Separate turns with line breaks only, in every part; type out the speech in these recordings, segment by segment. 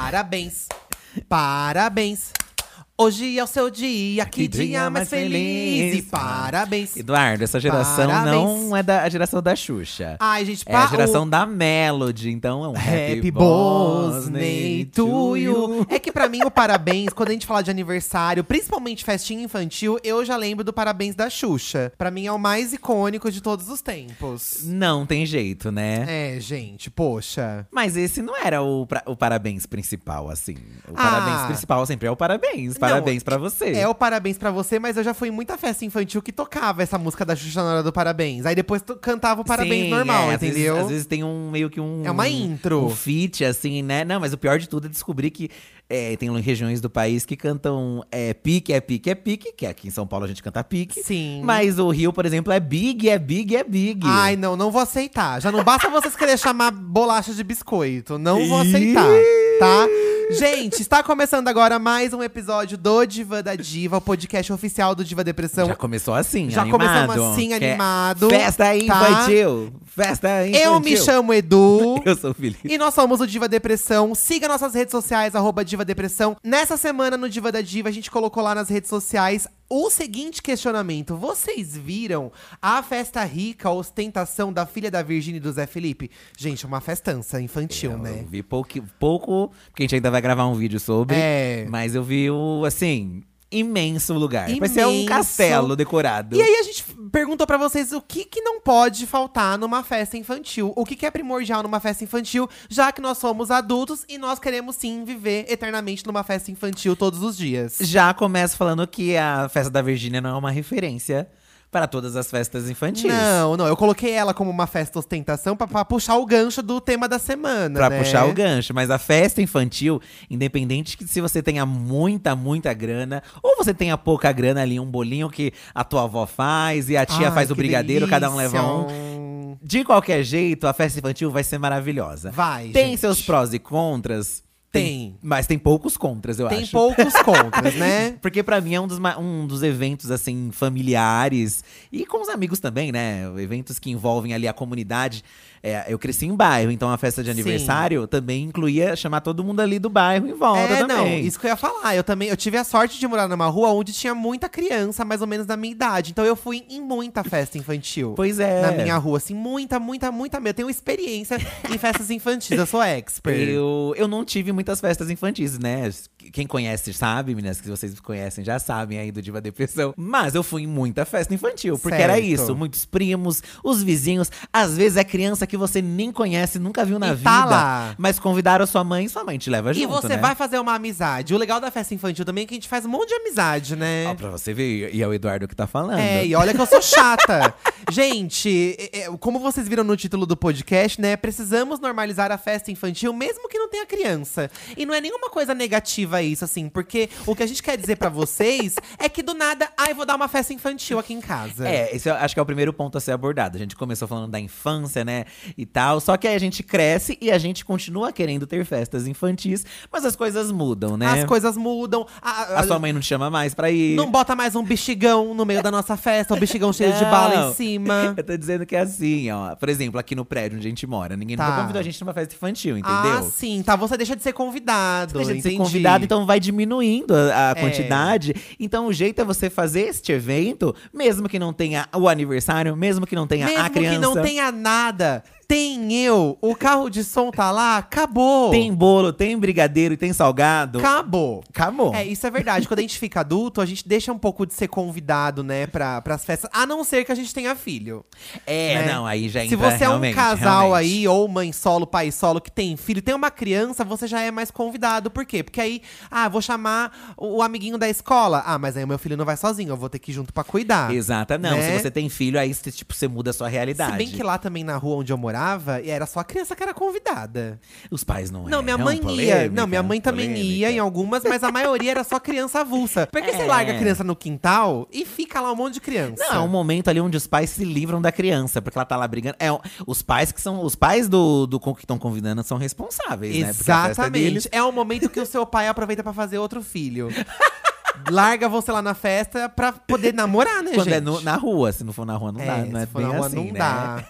Parabéns, parabéns. Hoje é o seu dia, que, dia, mais feliz. É E parabéns.
Eduardo, essa geração
Parabéns.
não é da a geração da Xuxa.
Ai, gente,
É a
pa-
geração
o-
da Melody, então é um
Happy
Happy
Bosney
Bosney
to you. É que pra mim o parabéns, quando a gente fala de aniversário, principalmente festinha infantil, eu já lembro do parabéns da Xuxa. Pra mim é o mais icônico de todos os tempos.
Não tem jeito, né?
É, gente, poxa.
Mas esse não era o, pra- o parabéns principal, assim. O
Ah.
parabéns principal sempre é o parabéns. Parabéns pra você.
É o parabéns pra você, mas eu já fui em muita festa infantil que tocava essa música da Xuxa na hora do parabéns. Aí depois tu cantava o parabéns
Sim,
normal,
é, às vezes-
entendeu?
Às vezes, tem um meio que um.
É uma intro.
Um feat, assim, né? Não, mas o pior de tudo é descobrir que é, tem regiões do país que cantam é, pique, é pique, é pique, que aqui em São Paulo a gente canta pique.
Sim.
Mas o Rio, por exemplo, é big, é big, é big.
Uhum. Ai, não, não vou aceitar. Já não basta vocês querer chamar bolacha de biscoito. Não vou aceitar, tá? Gente, está começando agora mais um episódio do Diva da Diva, o podcast oficial do Diva Depressão.
já começou assim,
então, Já
animado.
começamos assim,
Que é
animado, tá?
Festa infantil! Festa infantil!
eu me chamo Edu.
Eu sou o Felipe.
E nós somos o Diva Depressão. Siga nossas redes sociais, arroba Diva Depressão. Nessa semana, no Diva da Diva, a gente colocou lá nas redes sociais o seguinte questionamento. Vocês viram a festa rica, a ostentação da filha da Virgínia e do Zé Felipe? Gente, é uma festança infantil, né?
Eu vi pouco, pouco, porque a gente ainda vai gravar um vídeo sobre.
É.
Mas eu vi o, assim, imenso lugar.
Imenso.
Parece é um castelo decorado.
E aí a gente perguntou pra vocês o que que não pode faltar numa festa infantil, o que que é primordial numa festa infantil, já que nós somos adultos e nós queremos sim viver eternamente numa festa infantil todos os dias.
Já começo falando que a festa da Virgínia não é uma referência para todas as festas infantis.
Não, não. Eu coloquei ela como uma festa ostentação pra, pra puxar o gancho do tema da semana.
Pra
né?
puxar o gancho, mas a festa infantil, independente que se você tenha muita, muita grana, ou você tenha pouca grana ali, um bolinho que a tua avó faz e a tia
Ai,
faz o
que
brigadeiro, cada um leva um.
delícia.
De qualquer jeito, a festa infantil vai ser maravilhosa.
Vai,
Tem
gente.
seus prós e contras?
Tem.
Mas tem poucos contras, eu
Tem
acho.
poucos contras, né?
Porque pra mim é um dos, ma- um dos eventos, assim, familiares. E com os amigos também, né? Eventos que envolvem ali a comunidade. É, eu cresci em bairro, então a festa de
Sim.
aniversário também incluía chamar todo mundo ali do bairro em volta
é,
também.
não, isso que eu ia falar. Eu também eu tive a sorte de morar numa rua onde tinha muita criança, mais ou menos da minha idade. Então eu fui em muita festa infantil.
Pois é.
Na minha rua, assim, muita, muita, muita mesmo. Eu tenho experiência em festas infantis, eu sou expert.
Eu, eu não tive muitas festas infantis, né? Quem conhece sabe, meninas, que vocês conhecem já sabem aí do Diva Depressão. Mas eu fui em muita festa infantil, porque era
Certo.
isso. Muitos primos, os vizinhos. Às vezes é criança que você nem conhece, nunca viu na
E
vida.
tá lá.
Mas convidaram sua mãe e sua mãe te leva junto,
e você
né?
vai fazer uma amizade. O legal da festa infantil também é que a gente faz um monte de amizade, né?
Ó, pra você ver, e é o Eduardo que tá falando.
É, e olha que eu sou chata. Gente, é, é, como vocês viram no título do podcast, né? Precisamos normalizar a festa infantil, mesmo que não tenha criança. E não é nenhuma coisa negativa isso, assim, porque o que a gente quer dizer pra vocês é que do nada, ai, vou dar uma festa infantil aqui em casa.
É, esse eu acho que é o primeiro ponto a ser abordado. A gente começou falando da infância, né, e tal. Só que aí a gente cresce e a gente continua querendo ter festas infantis, mas as coisas mudam, né?
As coisas mudam. A,
A sua mãe não te chama mais pra ir.
Não bota mais um bexigão no meio da nossa festa, um bexigão cheio de bala em
Não.
cima.
Eu tô dizendo que é assim, ó. Por exemplo, aqui no prédio onde a gente mora, ninguém
Tá.
nunca convidou a gente numa festa infantil,
Ah,
entendeu?
sim, tá. Você deixa de ser convidado.
Deixa de ser
entendi.
convidado, então vai diminuindo a, a
É.
quantidade. Então o jeito é você fazer este evento, mesmo que não tenha o aniversário, mesmo que não tenha
Mesmo
a criança.
que não tenha nada, tem eu. O carro de som tá lá, acabou.
Tem bolo, tem brigadeiro e tem salgado.
Acabou.
Acabou.
É, isso é verdade. Quando a gente fica adulto, a gente deixa um pouco de ser convidado, né, pra, pras festas. A não ser que a gente tenha filho.
É,
né?
não, aí já
Se
entra
você é um
realmente,
casal
realmente.
aí, ou mãe solo, pai solo, que tem filho, tem uma criança, você já é mais convidado. Por quê? Porque aí, ah, vou chamar o, o amiguinho da escola. Ah, mas aí o meu filho não vai sozinho, eu vou ter que ir junto pra cuidar.
Exata, não.
né?
Se você tem filho, aí você, tipo, você muda a sua realidade.
Se bem que lá também na rua onde eu morava, era só a criança que era convidada.
Os pais não
Não,
é,
minha mãe ia.
Polêmica, é um
Não, minha mãe também ia em
polêmica.
algumas, mas a maioria era só criança avulsa. Porque você
É.
larga a criança no quintal e fica lá um monte de criança.
Não, é um momento ali onde os pais se livram da criança, porque ela tá lá brigando. É, os pais que são. Os pais do, do com- que estão convidando são responsáveis, né? Porque a festa é deles.
Exatamente. É um momento que o seu pai aproveita pra fazer outro filho. Larga você lá na festa pra poder namorar, né,
Quando
gente?
é no- na rua, se não for na rua, não dá. Não
se
é
for
bem
na rua,
assim,
não
né?
dá.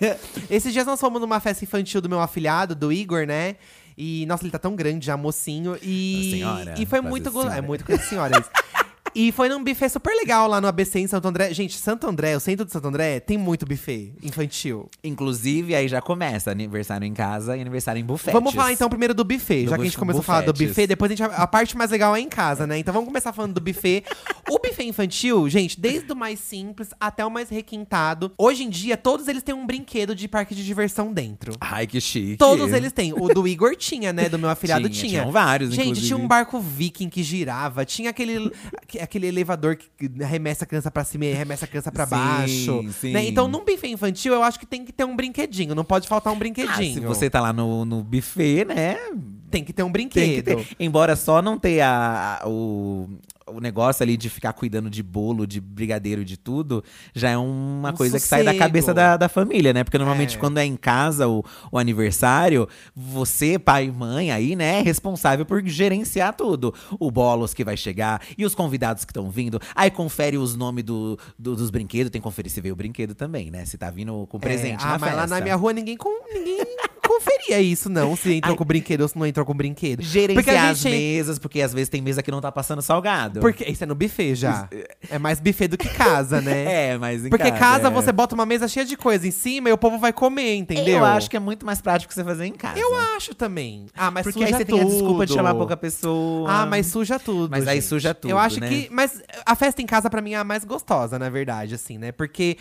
Esses dias nós fomos numa festa infantil do meu afilhado, do Igor, né? E, nossa, ele tá tão grande já, mocinho. E,
A senhora,
e foi
quase
muito gostoso.
senhora.
É muito coisa de senhora isso. E foi num buffet super legal lá no ABC em Santo André. Gente, Santo André, o centro de Santo André, tem muito buffet infantil.
Inclusive, aí já começa aniversário em casa e aniversário em buffet.
Vamos falar então primeiro do buffet,
Do
já que a gente
buf-
começou a falar do
bufetes.
buffet, depois a, gente, a parte mais legal é em casa, né? Então vamos começar falando do buffet. o buffet infantil, gente, desde o mais simples até o mais requintado. Hoje em dia, todos eles têm um brinquedo de parque de diversão dentro.
Ai, que chique.
Todos eles têm. O do Igor tinha, né? Do meu afilhado
Tinha,
tinha.
tinham vários,
Gente,
inclusive.
tinha um barco viking que girava. Tinha aquele, aque- aquele elevador que arremessa a criança pra cima e arremessa a criança pra
Sim,
baixo.
sim.
né? Então, num buffet infantil, eu acho que tem que ter um brinquedinho. Não pode faltar um
Ah,
brinquedinho.
se você tá lá no, no buffet, né?
Tem que ter um
Tem que
brinquedo.
ter. Embora só não ter a, a- o, o negócio ali de ficar cuidando de bolo, de brigadeiro, de tudo, já é uma
Um
coisa que sai da
sossego.
cabeça da, da família, né? Porque normalmente
É.
quando é em casa o, o aniversário, você, pai e mãe aí, né, é responsável por gerenciar tudo. O bolos que vai chegar e os convidados que estão vindo. Aí confere os nomes do, do- dos brinquedos, tem que conferir se veio o brinquedo também, né? Se tá vindo com presente
É,
na
ah, mas
festa.
lá na minha rua ninguém, con- ninguém conferia isso, não. Se entrou com brinquedo ou se não entrou com brinquedo.
Gerenciar
Porque a
as
gente-
mesas, porque às vezes tem mesa que não tá passando salgado.
Porque isso é no buffet já. É mais buffet do que casa, né?
É, mas em
Porque casa,
casa é.
você bota uma mesa cheia de coisa em cima e o povo vai comer, entendeu?
Eu acho que é muito mais prático você fazer em casa.
Eu acho também. Ah, mas
Porque
suja
aí você
tudo.
tem a desculpa de chamar pouca pessoa.
Ah, mas suja tudo.
Mas aí
gente.
suja tudo,
Eu acho
né?
que. Mas a festa em casa, pra mim, é a mais gostosa, na verdade, assim, né? Porque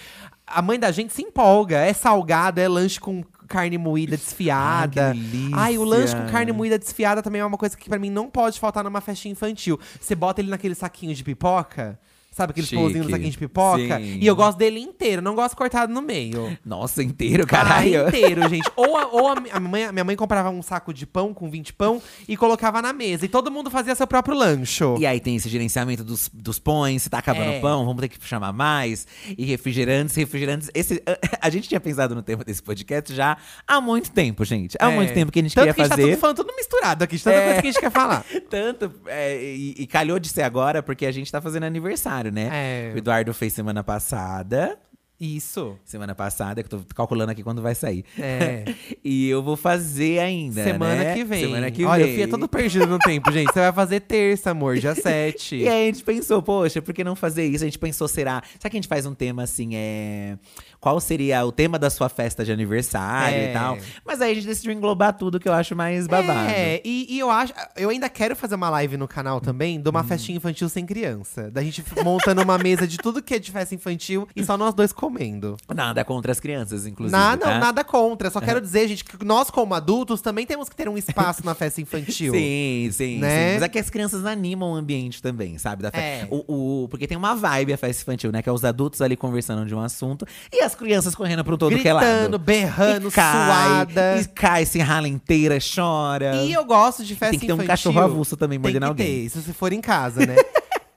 a mãe da gente se empolga. É salgado, é lanche com carne moída desfiada.
Ai, Ah, que delícia.
Ai, o lanche com carne moída desfiada também é uma coisa que pra mim não pode faltar numa festa infantil. Você bota ele naquele saquinho de pipoca. Sabe aqueles
Chique.
pãozinhos do saquinho de pipoca?
Sim.
E eu gosto dele inteiro, não gosto cortado no meio.
Nossa, inteiro,
Caralho.
caralho.
Ah, inteiro, gente. Ou, a, ou a, mi- a mãe, a minha mãe comprava um saco de pão com 20 pão e colocava na mesa. E todo mundo fazia seu próprio lanche.
E aí tem esse gerenciamento dos, dos pães, se tá acabando
É.
o pão, vamos ter que chamar mais. E refrigerantes, refrigerantes. Esse, a gente tinha pensado no tema desse podcast já há muito tempo, gente. Há
É.
muito tempo que a gente
Tanto
queria
que a gente
fazer.
tá tudo falando tudo misturado aqui, de tanta
É.
coisa que a gente quer falar.
Tanto, é, e, e calhou de ser agora, porque a gente tá fazendo aniversário, né?
É.
O Eduardo fez semana passada.
Isso.
Semana passada, que eu tô calculando aqui quando vai sair.
É.
e eu vou fazer ainda.
Semana
né?
que vem.
Semana que
Olha,
vem.
eu fui todo perdido no tempo, gente. Você vai fazer terça, amor, dia 7.
E aí a gente pensou, poxa, por que não fazer isso? A gente pensou, será? Será que a gente faz um tema assim, é. Qual seria o tema da sua festa de aniversário
É.
e tal? Mas aí a gente decidiu englobar tudo que eu acho mais babado.
É, e, e eu acho. Eu ainda quero fazer uma live no canal também de
Hum.
uma festinha infantil sem criança. Da gente f- montando uma mesa de tudo que é de festa infantil e só nós dois comendo.
Nada contra as crianças, inclusive.
Nada,
tá?
não, nada contra. Só quero dizer, gente, que nós, como adultos, também temos que ter um espaço na festa infantil.
Sim, sim,
Né?
sim. Mas é que as crianças animam o ambiente também, sabe? Da fe...
É.
o, o- porque tem uma vibe a festa infantil, né? Que é os adultos ali conversando de um assunto e as crianças correndo pro todo que é
Gritando,
lado.
berrando,
e cai,
suada.
E cai, se rala inteira, chora.
E eu gosto de festa
tem que ter um
infantil.
cachorro avulso também
Tem
mordendo
que ter,
alguém.
isso se for em casa, né?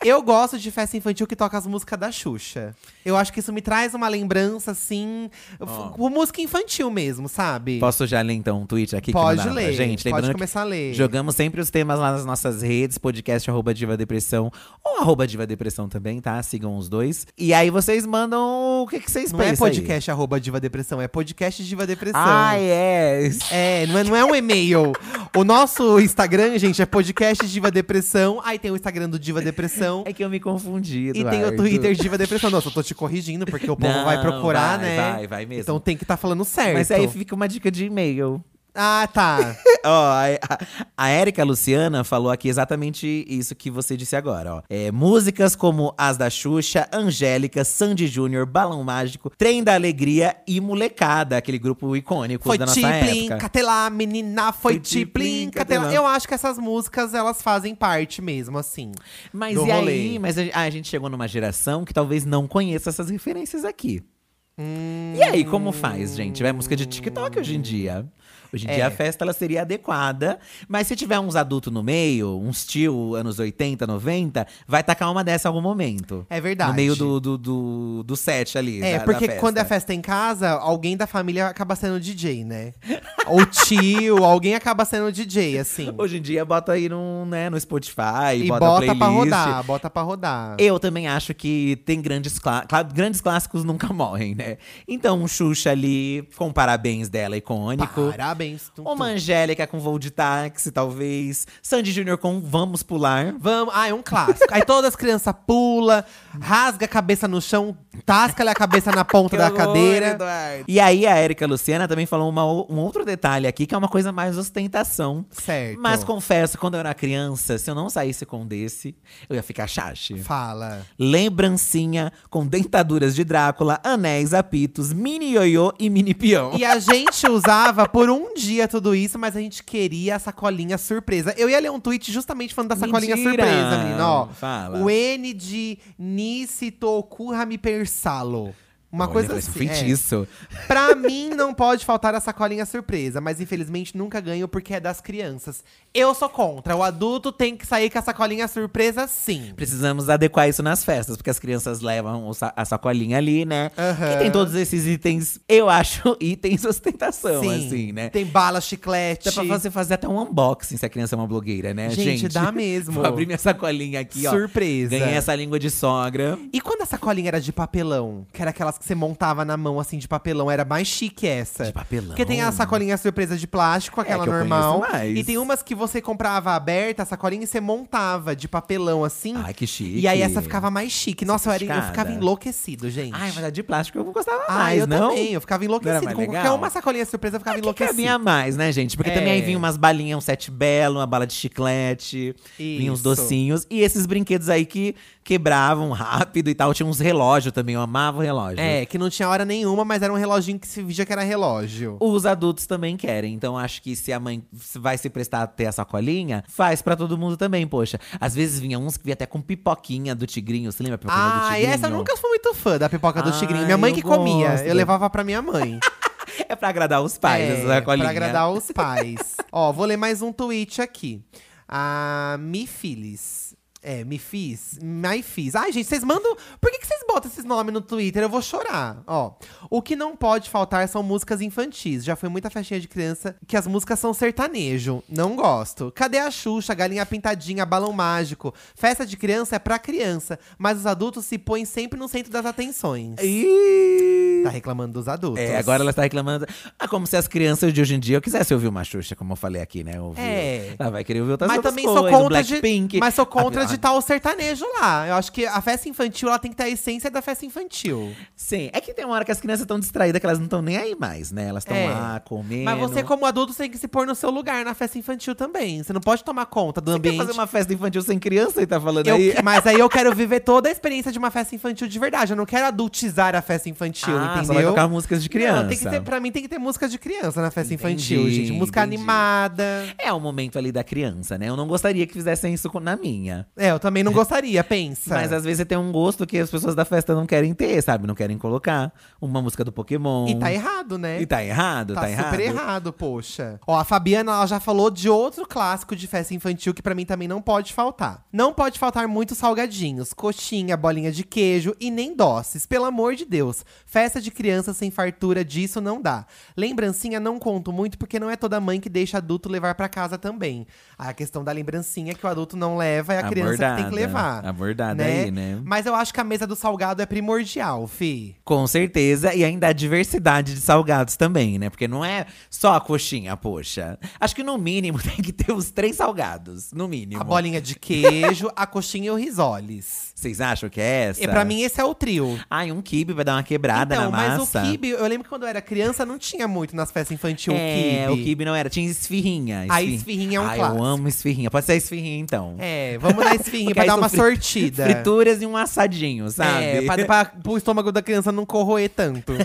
Eu gosto de festa infantil que toca as músicas da Xuxa. Eu acho que isso me traz uma lembrança, assim, f- com música infantil mesmo, sabe?
Posso já ler então um tweet aqui que
Pode
mandaram
ler,
pra gente?
pode
Lembrando que
começar a ler.
Jogamos sempre os temas lá nas nossas redes, podcast arroba Diva Depressão ou arroba Diva Depressão também, tá? Sigam os dois. E aí vocês mandam o que, que vocês
Não
pensam
é
aí.
podcast arroba Diva Depressão, é podcast Diva Depressão.
Ah, é.
É, não é, não é um e-mail. O nosso Instagram, gente, é podcast Diva Depressão. Aí tem o Instagram do Diva Depressão.
É que eu me confundi,
E tem o
Eduardo.
Twitter Diva Depressão. Nossa, eu tô te corrigindo, porque o povo
Não,
vai procurar,
vai,
né?
vai, vai mesmo.
Então tem que tá falando certo.
Mas aí fica uma dica de e-mail.
Ah, tá.
Ó, a, a- a Érica Luciana falou aqui exatamente isso que você disse agora, ó. É, músicas como As da Xuxa, Angélica, Sandy Júnior, Balão Mágico, Trem da Alegria e Molecada, aquele grupo icônico
Foi
da nossa
Tiplin,
época.
Catelá, menina, foi
Foi
Tiplin,
tiplin,
Catelá.
catelá.
Eu acho que essas músicas, elas fazem parte mesmo, assim.
Mas
do
e
rolê.
aí? Mas a, ah, a gente chegou numa geração que talvez não conheça essas referências aqui.
Hum.
E aí, como faz, gente? Vai música de TikTok hoje em dia. Hoje em
É.
dia a festa ela seria adequada, mas se tiver uns adultos no meio, uns tio anos 80, 90, vai tacar uma dessa em algum momento.
É verdade.
No meio do, do, do, do set ali.
É,
da- da
porque
festa.
quando é festa em casa, alguém da família acaba sendo DJ, né? Ou tio, alguém acaba sendo DJ, assim.
Hoje em dia bota aí no, né, no Spotify,
E
bota,
bota,
playlist.
pra rodar, bota pra rodar.
Eu também acho que tem grandes, clá- clá- grandes clássicos nunca morrem, né? Então, um Xuxa ali, com parabéns dela, icônico.
Parabéns. Tum,
Uma Angélica com voo de táxi, talvez. Sandy Júnior com Vamos Pular.
Vamos. Ah, é um clássico. Aí todas as crianças pulam, rasga a cabeça no chão, tasca-lhe a cabeça na ponta da cadeira.
E aí a Érica Luciana também falou uma o- um outro detalhe aqui, que é uma coisa mais ostentação.
Certo.
Mas confesso, quando eu era criança, se eu não saísse com um desse, eu ia ficar chache.
Fala.
Lembrancinha com dentaduras de Drácula, anéis, apitos, mini ioiô e mini peão.
E a gente usava por um dia tudo isso, mas a gente queria a sacolinha surpresa. Eu ia ler um tweet justamente falando da sacolinha
Mentira!
surpresa, menina. Ó,
Fala.
O N de Nisi Tokuha me persalo. Uma
Olha,
coisa
parece
assim.
um
é.
Feitiço.
Pra mim, não pode faltar a sacolinha surpresa, mas infelizmente nunca ganho porque é das crianças. Eu sou contra. O adulto tem que sair com a sacolinha surpresa, sim.
Precisamos adequar isso nas festas, porque as crianças levam o sa- a sacolinha ali, né?
Aham.
E tem todos esses itens, eu acho, itens ostentação,
sim.
assim, né?
Tem bala, chiclete.
Dá pra você fazer até um unboxing se a criança é uma blogueira, né,
Gente,
gente?
dá mesmo.
Vou abrir minha sacolinha aqui, ó.
surpresa.
Ganhei essa língua de sogra.
E quando a sacolinha era de papelão, que era aquelas que você montava na mão assim de papelão, era mais chique essa.
De papelão. É,
Porque tem a sacolinha surpresa de plástico, aquela
que eu
normal.
conheço mais.
E tem umas que você comprava aberta, a sacolinha, e você montava de papelão assim.
Ai, que chique.
E aí essa ficava mais chique. Nossa, eu, era, eu
Sofisticada.
ficava enlouquecido, gente.
Ai, mas a de plástico eu gostava
Ah,
mais,
eu
não?
também. Eu ficava
Não
enlouquecido.
era mais
Com qualquer
legal?
uma sacolinha surpresa, eu ficava
Que cabinha
enlouquecido.
mais, né, gente? Porque também
É.
aí vinha umas balinhas, um sete belo, uma bala de chiclete, vinha uns
Isso.
docinhos. E esses brinquedos aí que quebravam rápido e tal. Tinha uns relógios também, eu amava o relógio.
É, que não tinha hora nenhuma, mas era um reloginho que se via que era relógio.
Os adultos também querem, então acho que se a mãe se vai se prestar a ter a sacolinha, faz pra todo mundo também, poxa. Às vezes vinha uns que vinha até com pipoquinha do tigrinho, você lembra a pipoquinha do
Ah, e
tigrinho?
essa eu nunca fui muito fã da pipoca do
Ai,
tigrinho. Minha mãe
eu
que comia,
gosto.
eu levava pra minha mãe.
É pra agradar os pais, essa sacolinha.
É, Pra agradar os pais. Ó, vou ler mais um tweet aqui. A Mi Filis. É, me fiz, my fiz. Ai, gente, vocês mandam. Por que, que vocês botam esses nomes no Twitter? Eu vou chorar. Ó, o que não pode faltar são músicas infantis. Já foi muita festinha de criança que as músicas são sertanejo. Não gosto. Cadê a Xuxa, Galinha Pintadinha, Balão Mágico? Festa de criança é pra criança, mas os adultos se põem sempre no centro das atenções.
Ih!
Tá reclamando dos adultos.
É, agora ela está reclamando. Ah, como se as crianças de hoje em dia quisessem ouvir uma Xuxa, como eu falei aqui, né? Ouvir.
É.
Ela vai querer ouvir outras
Mas
outras
também
coisas,
sou contra
Blackpink.
de, mas sou
A-
contra de
a-
tal sertanejo lá. Eu acho que a festa infantil ela tem que ter a essência da festa infantil.
Sim, é que tem uma hora que as crianças estão distraídas, que elas não estão nem aí mais, né? Elas estão
É.
lá comendo.
Mas você como adulto você tem que se pôr no seu lugar na festa infantil também. Você não pode tomar conta do
Você quer
ambiente.
fazer uma festa infantil sem criança e tá falando
Eu-
aí?
mas aí eu quero viver toda a experiência de uma festa infantil de verdade. Eu não quero adultizar a festa infantil,
ah,
entendeu?
só vai tocar músicas de criança.
Não, tem que ter, pra mim tem que ter música de criança na festa
Entendi,
infantil, gente. Música
entendi.
animada.
É o momento ali da criança, né? Eu não gostaria que fizessem isso com- na minha.
É, eu também não gostaria, pensa.
Mas às vezes você tem um gosto que as pessoas da festa não querem ter, sabe? Não querem colocar uma música do Pokémon.
E tá errado, né?
E tá errado, tá,
Tá super errado, poxa. Ó, a Fabiana ela já falou de outro clássico de festa infantil que pra mim também não pode faltar. Não pode faltar muitos salgadinhos, coxinha, bolinha de queijo e nem doces. Pelo amor de Deus, festa de criança sem fartura disso não dá. Lembrancinha não conto muito porque não é toda mãe que deixa adulto levar pra casa também. A questão da lembrancinha que o adulto não leva é a criança que tem que
Abordada,
levar.
abordada aí, né?
Mas eu acho que a mesa do salgado é primordial, fi.
Com certeza, e ainda a diversidade de salgados também, né? Porque não é só a coxinha, poxa. Acho que no mínimo tem que ter os três salgados, no mínimo.
A bolinha de queijo, a coxinha e o risoles.
Vocês acham que é essa?
E pra mim esse é o trio.
Ai, um kibe vai dar uma quebrada
então,
na massa.
mas o kibe, eu lembro que quando eu era criança não tinha muito nas festas infantis
É,
o
o
kibe.
kibe não era. Tinha esfirrinha.
A esfirrinha é um
Ai,
clássico.
eu amo esfirrinha. Pode ser a esfirrinha, então.
É, vamos na esfinge
Porque
pra
aí
dar
são
uma
fri-
sortida.
Frituras e um assadinho, sabe?
É, pra, pra, pro estômago da criança não corroer tanto.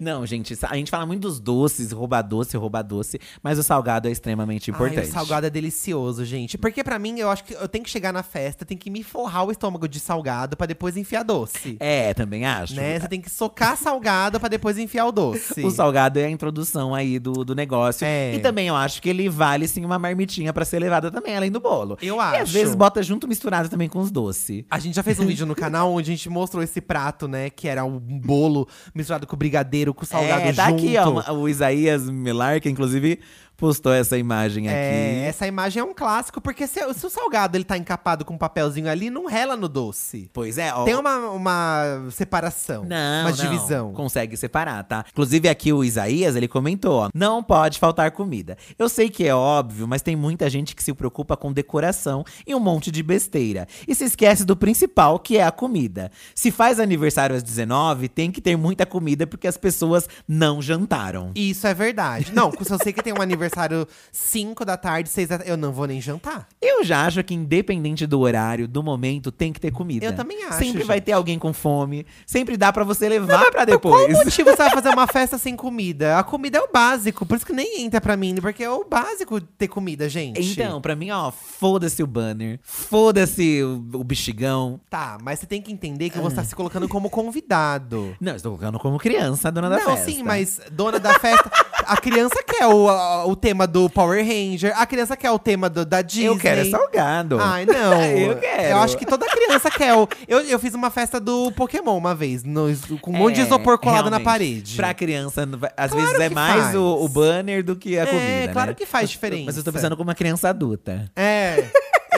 Não, gente, a gente fala muito dos doces, rouba doce, rouba doce. Mas o salgado é extremamente importante.
Ai, o salgado é delicioso, gente. Porque pra mim, eu acho que eu tenho que chegar na festa, tem que me forrar o estômago de salgado pra depois enfiar doce.
É, também acho.
Né? Você tem que socar salgado pra depois enfiar o doce.
O salgado é a introdução aí do, do negócio.
É.
E também eu acho que ele vale sim uma marmitinha pra ser levada também, além do bolo.
Eu
E às
acho.
vezes bota junto misturado também com os doces.
A gente já fez um vídeo no canal onde a gente mostrou esse prato, né? Que era um bolo misturado com brigadeiro, com salgado
é, tá
junto.
aqui, ó, uma- o Isaías Milar, que inclusive postou essa imagem
É,
aqui.
essa imagem é um clássico, porque se, se o salgado ele tá encapado com um papelzinho ali, não rela no doce.
Pois é, ó.
Tem uma, uma separação,
Não,
uma
não.
divisão.
Consegue separar, tá? Inclusive aqui o Isaías, ele comentou, ó, não pode faltar comida. Eu sei que é óbvio, mas tem muita gente que se preocupa com decoração e um monte de besteira. E se esquece do principal, que é a comida. Se faz aniversário às 19, tem que ter muita comida porque as pessoas não jantaram.
Isso é verdade. Não, se eu sei que tem um aniversário 5 da tarde, 6 da tarde, eu não vou nem jantar.
Eu já acho que, independente do horário, do momento, tem que ter comida.
Eu também acho,
Sempre vai
gente.
ter alguém com fome. Sempre dá pra você levar pra depois.
Qual motivo você vai fazer uma festa sem comida? A comida é o básico, por isso que nem entra pra mim, porque é o básico ter comida, gente.
Então, pra mim, ó, foda-se o banner, foda-se o, o bexigão.
Tá, mas você tem que entender que você
Hum.
tá se colocando como convidado.
Não, eu estou colocando como criança, a dona da
não,
festa.
sim, mas dona da festa. A criança quer o, a- o tema do Power Ranger, a criança quer o tema do- da Disney.
Eu quero é salgado.
Ai, não.
Eu quero.
Eu acho que toda criança quer o. Eu, eu fiz uma festa do Pokémon uma vez, no- com um monte de
É,
isopor colado na
realmente,
parede.
Pra criança, não vai- às
Claro
vezes é
que
mais
faz.
o, o banner do que a
É,
comida.
claro
né?
que faz diferença.
Mas eu tô pensando como uma criança adulta.
É.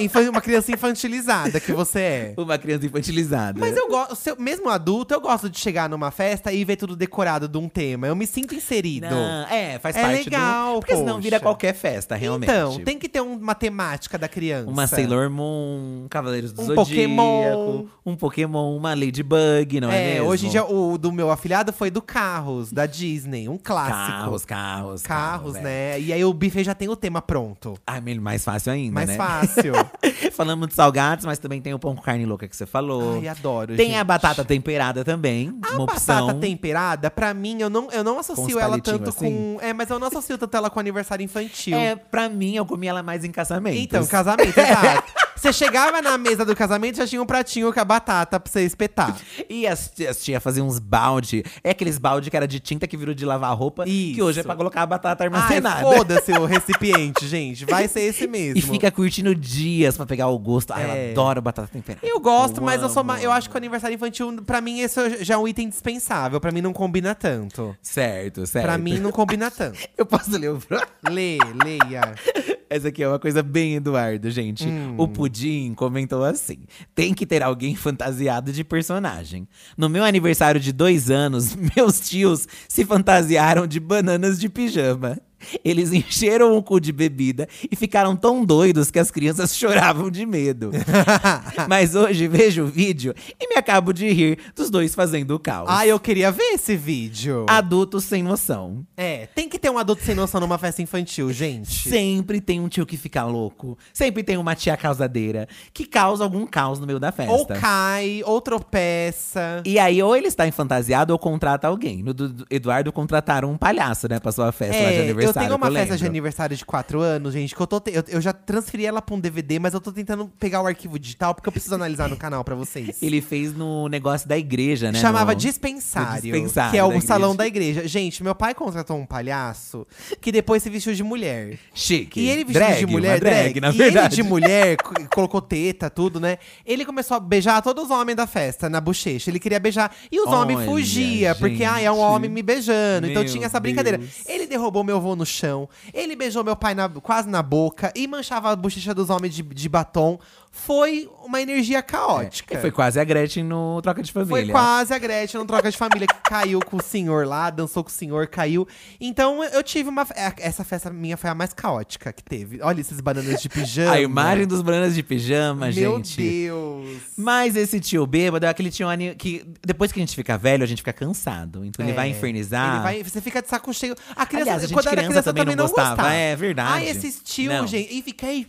Infan- uma criança infantilizada que você é.
Uma criança infantilizada.
Mas eu gosto, se eu- mesmo adulto, eu gosto de chegar numa festa e ver tudo decorado de um tema. Eu me sinto inserido.
Não, é, faz
É
parte do.
legal,
Porque senão vira
poxa.
qualquer festa, realmente.
Então, tem que ter um- uma temática da criança.
Uma Sailor Moon, um Cavaleiros do
Um
Zodíaco,
Pokémon.
um Pokémon, uma Ladybug, não é,
é,
mesmo?
hoje em dia o do meu afilhado foi do Carros, da Disney, um clássico.
Carros, carros.
Carros,
é.
né? E aí o buffet já tem o tema pronto.
Ah, melhor- mais fácil ainda,
Mais
né?
fácil.
Falamos de salgados, mas também tem o pão com carne louca que você falou.
Ai, adoro.
tem
gente.
a batata temperada também,
A
uma
batata
opção.
temperada, pra mim, eu não, eu não associo ela
palitinhos
tanto
assim?
com. É, mas eu não associo tanto ela com aniversário infantil.
É, pra mim, eu comi ela mais em casamento.
Então, casamento, exato. Você chegava na mesa do casamento já tinha um pratinho com a batata pra você espetar.
E as, ti- as tias faziam uns balde. É aqueles balde que era de tinta que virou de lavar roupa. Que
Isso.
hoje é pra colocar a batata
Ai,
armazenada.
foda-se o recipiente, gente. Vai ser esse mesmo.
é e fica curtindo dias pra pegar o gosto. Ai, eu
É.
adoro batata temperada.
Eu gosto,
Eu
mas eu sou
amo,
ma- eu acho que o aniversário infantil, pra mim, esse já é um item dispensável. Pra mim não combina tanto.
Certo, certo.
Pra mim não combina tanto.
Eu posso ler o próximo?
Lê, leia.
Essa aqui é uma coisa bem Eduardo, gente. O Pudim comentou assim: tem que ter alguém fantasiado de personagem. No meu aniversário de dois anos, meus tios se fantasiaram de bananas de pijama. Eles encheram o cu de bebida e ficaram tão doidos que as crianças choravam de medo. Mas hoje vejo o vídeo e me acabo de rir dos dois fazendo o caos.
Ai, Ah, eu queria ver esse vídeo.
Ah. Adultos sem noção.
É, tem que ter um adulto sem noção numa festa infantil, gente.
Sempre tem um tio que fica louco. Sempre tem uma tia causadeira que causa algum caos no meio da festa.
Ou cai, ou tropeça.
E aí, ou ele está enfantasiado ou contrata alguém. No do do Eduardo contrataram um palhaço, né, pra sua festa lá de
É, eu
aniversário.
tenho uma
que
festa de
lembro.
aniversário de 4 anos, gente, que eu, tô te- eu, eu já transferi ela pra um DVD, mas eu tô tentando pegar o arquivo digital porque eu preciso analisar no canal pra vocês.
Ele fez no negócio da igreja, né?
Chamava
no-
dispensário,
no dispensário
que é o
da
salão da igreja. Gente, meu pai contratou um palhaço que depois se vestiu de mulher.
Chique.
E ele vestido
Drag,
de
uma
mulher,
drag,
drag,
na
e
verdade.
ele de mulher, co- colocou teta, tudo, né? Ele começou a beijar todos os homens da festa, na bochecha. Ele queria beijar, e os homens
Olha,
fugiam, porque, ah, é um
gente.
homem me beijando. então
Meu
tinha essa brincadeira.
Deus.
Ele derrubou meu avô no chão, ele beijou meu pai na- quase na boca, e manchava a bochecha dos homens de, de batom. Foi uma energia caótica.
É, Foi quase a Gretchen no Troca de Família.
Foi quase a Gretchen não troca de família que caiu com o senhor lá, dançou com o senhor, caiu. Então eu tive uma. fe- é, Essa festa minha foi a mais caótica que teve. Olha esses bananas de pijama.
A imagem dos bananas de pijama,
Meu
gente.
Deus.
Mas esse tio bêbado é aquele tio ani- que depois que a gente fica velho, a gente fica cansado. Então ele
É.
vai infernizar.
Ele vai- você fica de saco cheio. A criança,
Aliás, a gente
quando era
criança
criança
também não gostava. É verdade.
Ai, esses tios,
Não.
gente. E fica aí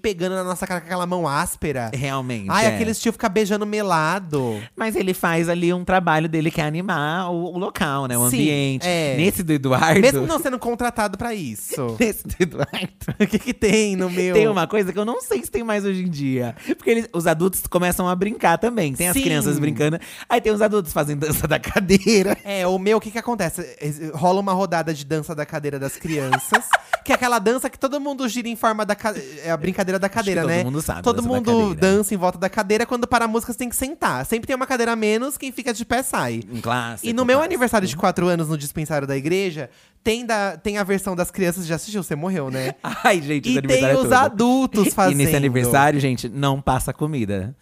pegando na nossa cara com aquela mão áspera.
Realmente.
Ai,
é.
aqueles tios ficam beijando melado.
Mas ele faz ali um trabalho dele que é animar o, o local, né? O
Sim,
ambiente.
é.
Nesse do Eduardo.
Mesmo não sendo contratado pra isso.
Nesse do Eduardo.
O que, que tem no meu?
Tem uma coisa que eu não sei se tem mais hoje em dia. Porque eles- os adultos começam a brincar também. Tem as
Sim.
crianças brincando. Aí tem os adultos fazendo dança da cadeira.
É, o meu, o que que acontece? Es- Rola uma rodada de dança da cadeira das crianças. que é aquela dança que todo mundo gira em forma da cadeira. É a brincadeira da cadeira,
todo
né?
mundo sabe
Todo
dança da
mundo
cadeira.
dança em volta da cadeira. Quando para a música, você tem que sentar. Sempre tem uma cadeira a menos, quem fica de pé sai.
Em classe. Uhum.
E no meu aniversário de 4 anos, no dispensário da igreja, Tem, da, tem a versão das crianças, já assistiu, você morreu, né?
Ai, gente,
e
esse aniversário
tem
é
os
tudo.
adultos fazendo.
E nesse aniversário, gente, não passa comida.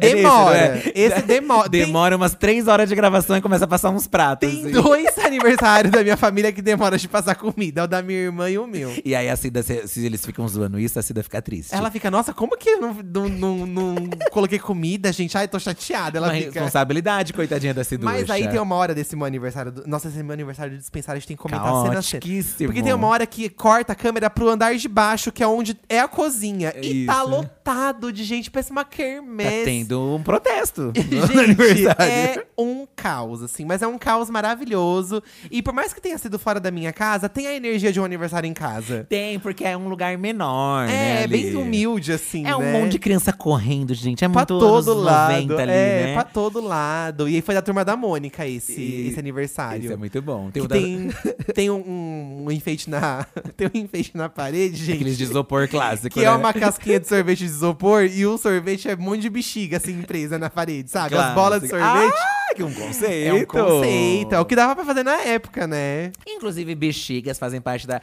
É esse, não
Demora.
é?
Esse demora. Tem-
Demora umas três horas de gravação e começa a passar uns pratos.
Tem
assim.
dois aniversários da minha família que demora de passar comida. O da minha irmã e o meu.
E aí a Cida, se, se eles ficam zoando isso, a Cida fica triste.
Ela fica, nossa, como que eu não, não, não- não coloquei comida, gente? Ai, tô chateada. Ela
Uma
fica.
responsabilidade, coitadinha da Ciducha.
Mas aí tem uma hora desse meu aniversário. do- Nossa, esse meu aniversário de dispensar, a gente tem que comentar cena a cena.
Caotiquíssimo.
Porque tem uma hora que corta a câmera pro andar de baixo, que é onde é a cozinha. E tá
Isso.
lotado de gente, parece uma
Tá
quermesse.
tendo um protesto no
Gente,
aniversário.
é um caos, assim. Mas é um caos maravilhoso. E por mais que tenha sido fora da minha casa, tem a energia de um aniversário em casa.
Tem, porque é um lugar menor, né?
É,
ali.
bem humilde, assim,
É um
né?
monte de criança correndo, gente. É
Pra
muito
todo
anos
lado,
90 ali,
é,
né?
pra todo lado. E aí foi da Turma da Mônica esse,
E-
esse aniversário.
Isso é muito bom. Tem
Que
o da-
tem, tem um, um- um enfeite na tem um enfeite na parede, gente.
aqueles de isopor clássico,
Que
né?
é uma casquinha de sorvete de isopor e o sorvete é um monte de bexiga assim presa na parede, sabe? As
Clássico.
bolas de sorvete.
Ah, que um conceito!
é um conceito, é o que dava pra fazer na época, né?
Inclusive, bexigas fazem parte da… é-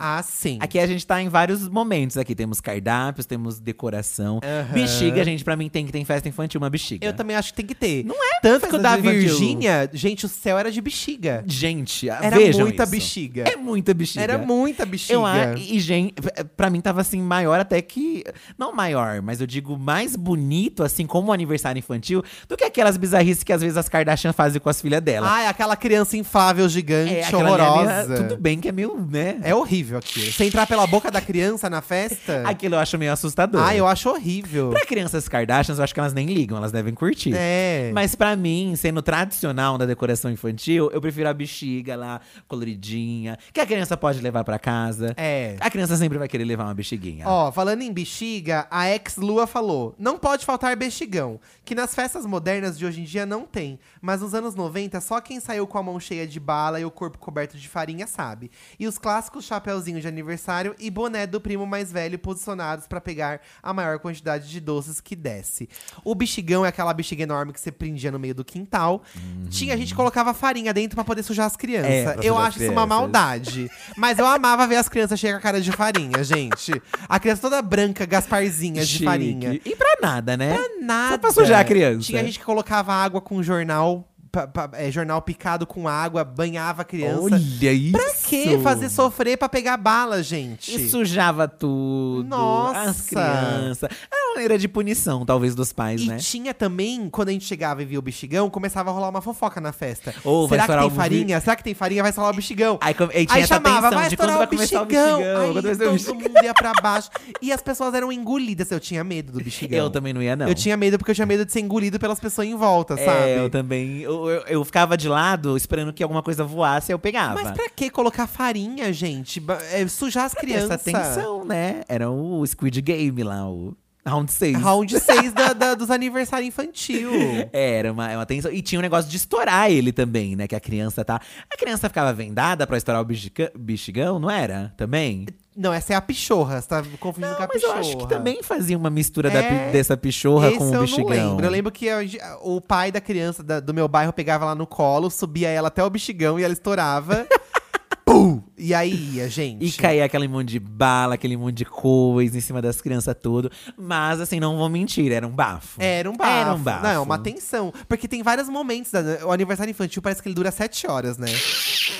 Ah, sim.
Aqui a gente tá em vários momentos aqui. Temos cardápios, temos decoração.
Aham.
Bexiga, gente, pra mim tem que ter em festa infantil uma bexiga.
Eu também acho que tem que ter.
né? Não é
Tanto que o
festa
da
infantil.
Virgínia, gente, o céu era de bexiga.
Gente, a-
Era
vejam
muita
isso.
bexiga.
É muita bexiga.
Era muita bexiga.
Eu acho, e gente, pra mim tava assim, maior até que. Não maior, mas eu digo mais bonito, assim, como um aniversário infantil, do que aquelas bizarrices que às vezes as Kardashian fazem com as filhas dela.
Ai, Ah, é aquela criança inflável, gigante,
É, aquela ali,
horrorosa.
ali, Tudo bem que é meio, né?
É horrível aquilo. Você entrar pela boca da criança na festa.
Aquilo eu acho meio assustador.
Ah, É. eu acho horrível.
Pra crianças Kardashians, eu acho que elas nem ligam, elas devem curtir.
É.
Mas pra mim, sendo tradicional da decoração infantil, eu prefiro a bexiga lá, coloridinha, que a criança pode levar pra casa.
É.
A criança sempre vai querer levar uma bexiguinha.
Ó, falando em bexiga, a ex-Lua falou: não pode faltar bexigão, que nas festas modernas de hoje em dia não tem, mas nos anos 90 só quem saiu com a mão cheia de bala e o corpo coberto de farinha sabe. E os clássicos chapéuzinho de aniversário e boné do primo mais velho posicionados pra pegar a maior quantidade de doces que desce. O bexigão é aquela bexiga enorme que você prendia no meio do quintal. Tinha gente que colocava farinha dentro pra poder sujar as crianças.
Uhum. É, pra
eu
sujar as
acho isso uma
crianças.
maldade verdade. Mas eu amava ver as crianças cheias com a cara de farinha, gente. A criança toda branca, Gasparzinha de
Chique.
farinha.
E pra nada, né?
Nada.
Só pra sujar a criança.
Tinha gente que colocava água com jornal, pa- pa- é, jornal picado com água, banhava a criança.
Olha isso.
Pra que fazer sofrer pra pegar bala, gente?
E sujava tudo.
Nossa.
As crianças. Era uma maneira de punição, talvez, dos pais,
E
né?
tinha também, quando a gente chegava e via o bexigão, começava a rolar uma fofoca na festa.
Ou vai
Será que
estourar
tem
o
farinha? Será que tem farinha? Vai estourar o bexigão.
Aí, com- aí tinha essa tensão de quando vai começar o bexigão. quando vai
Aí
ser o
todo
bexigão.
mundo ia pra baixo. E as pessoas eram engolidas. Eu tinha medo do bexigão.
Eu também não ia, não.
Eu tinha medo porque eu tinha medo de ser engolido pelas pessoas em volta, sabe?
É, eu também. Eu, eu, eu ficava de lado esperando que alguma coisa voasse e eu pegava.
Mas pra que colocar farinha, gente? Ba- é, sujar as
Pra ter
crianças.
Essa tensão, né? Era o Squid Game lá, o Round 6.
Round 6 da, da- dos aniversários infantil.
É, Era uma, é uma tensão. E tinha um negócio de estourar ele também, né? Que a criança tá. A criança ficava vendada pra estourar o bexiga- bexigão, não era? Também?
Não, essa é a pichorra. Você tá confundindo
Não,
com a
mas eu
pichorra.
acho que também fazia uma mistura da
É.
pi- dessa pichorra
Esse
com o
eu
bexigão.
não lembro. Eu lembro que a gente- o pai da criança da- do meu bairro pegava lá no colo, subia ela até o bexigão e ela estourava. Pum! E aí ia, gente.
E caía aquele monte de bala, aquele monte de coisa em cima das crianças tudo. Mas assim, não vou mentir, era um bafo.
Era um bafo.
Era um bafo.
Não, uma tensão. Porque tem vários momentos. da- o aniversário infantil parece que ele dura sete horas, né?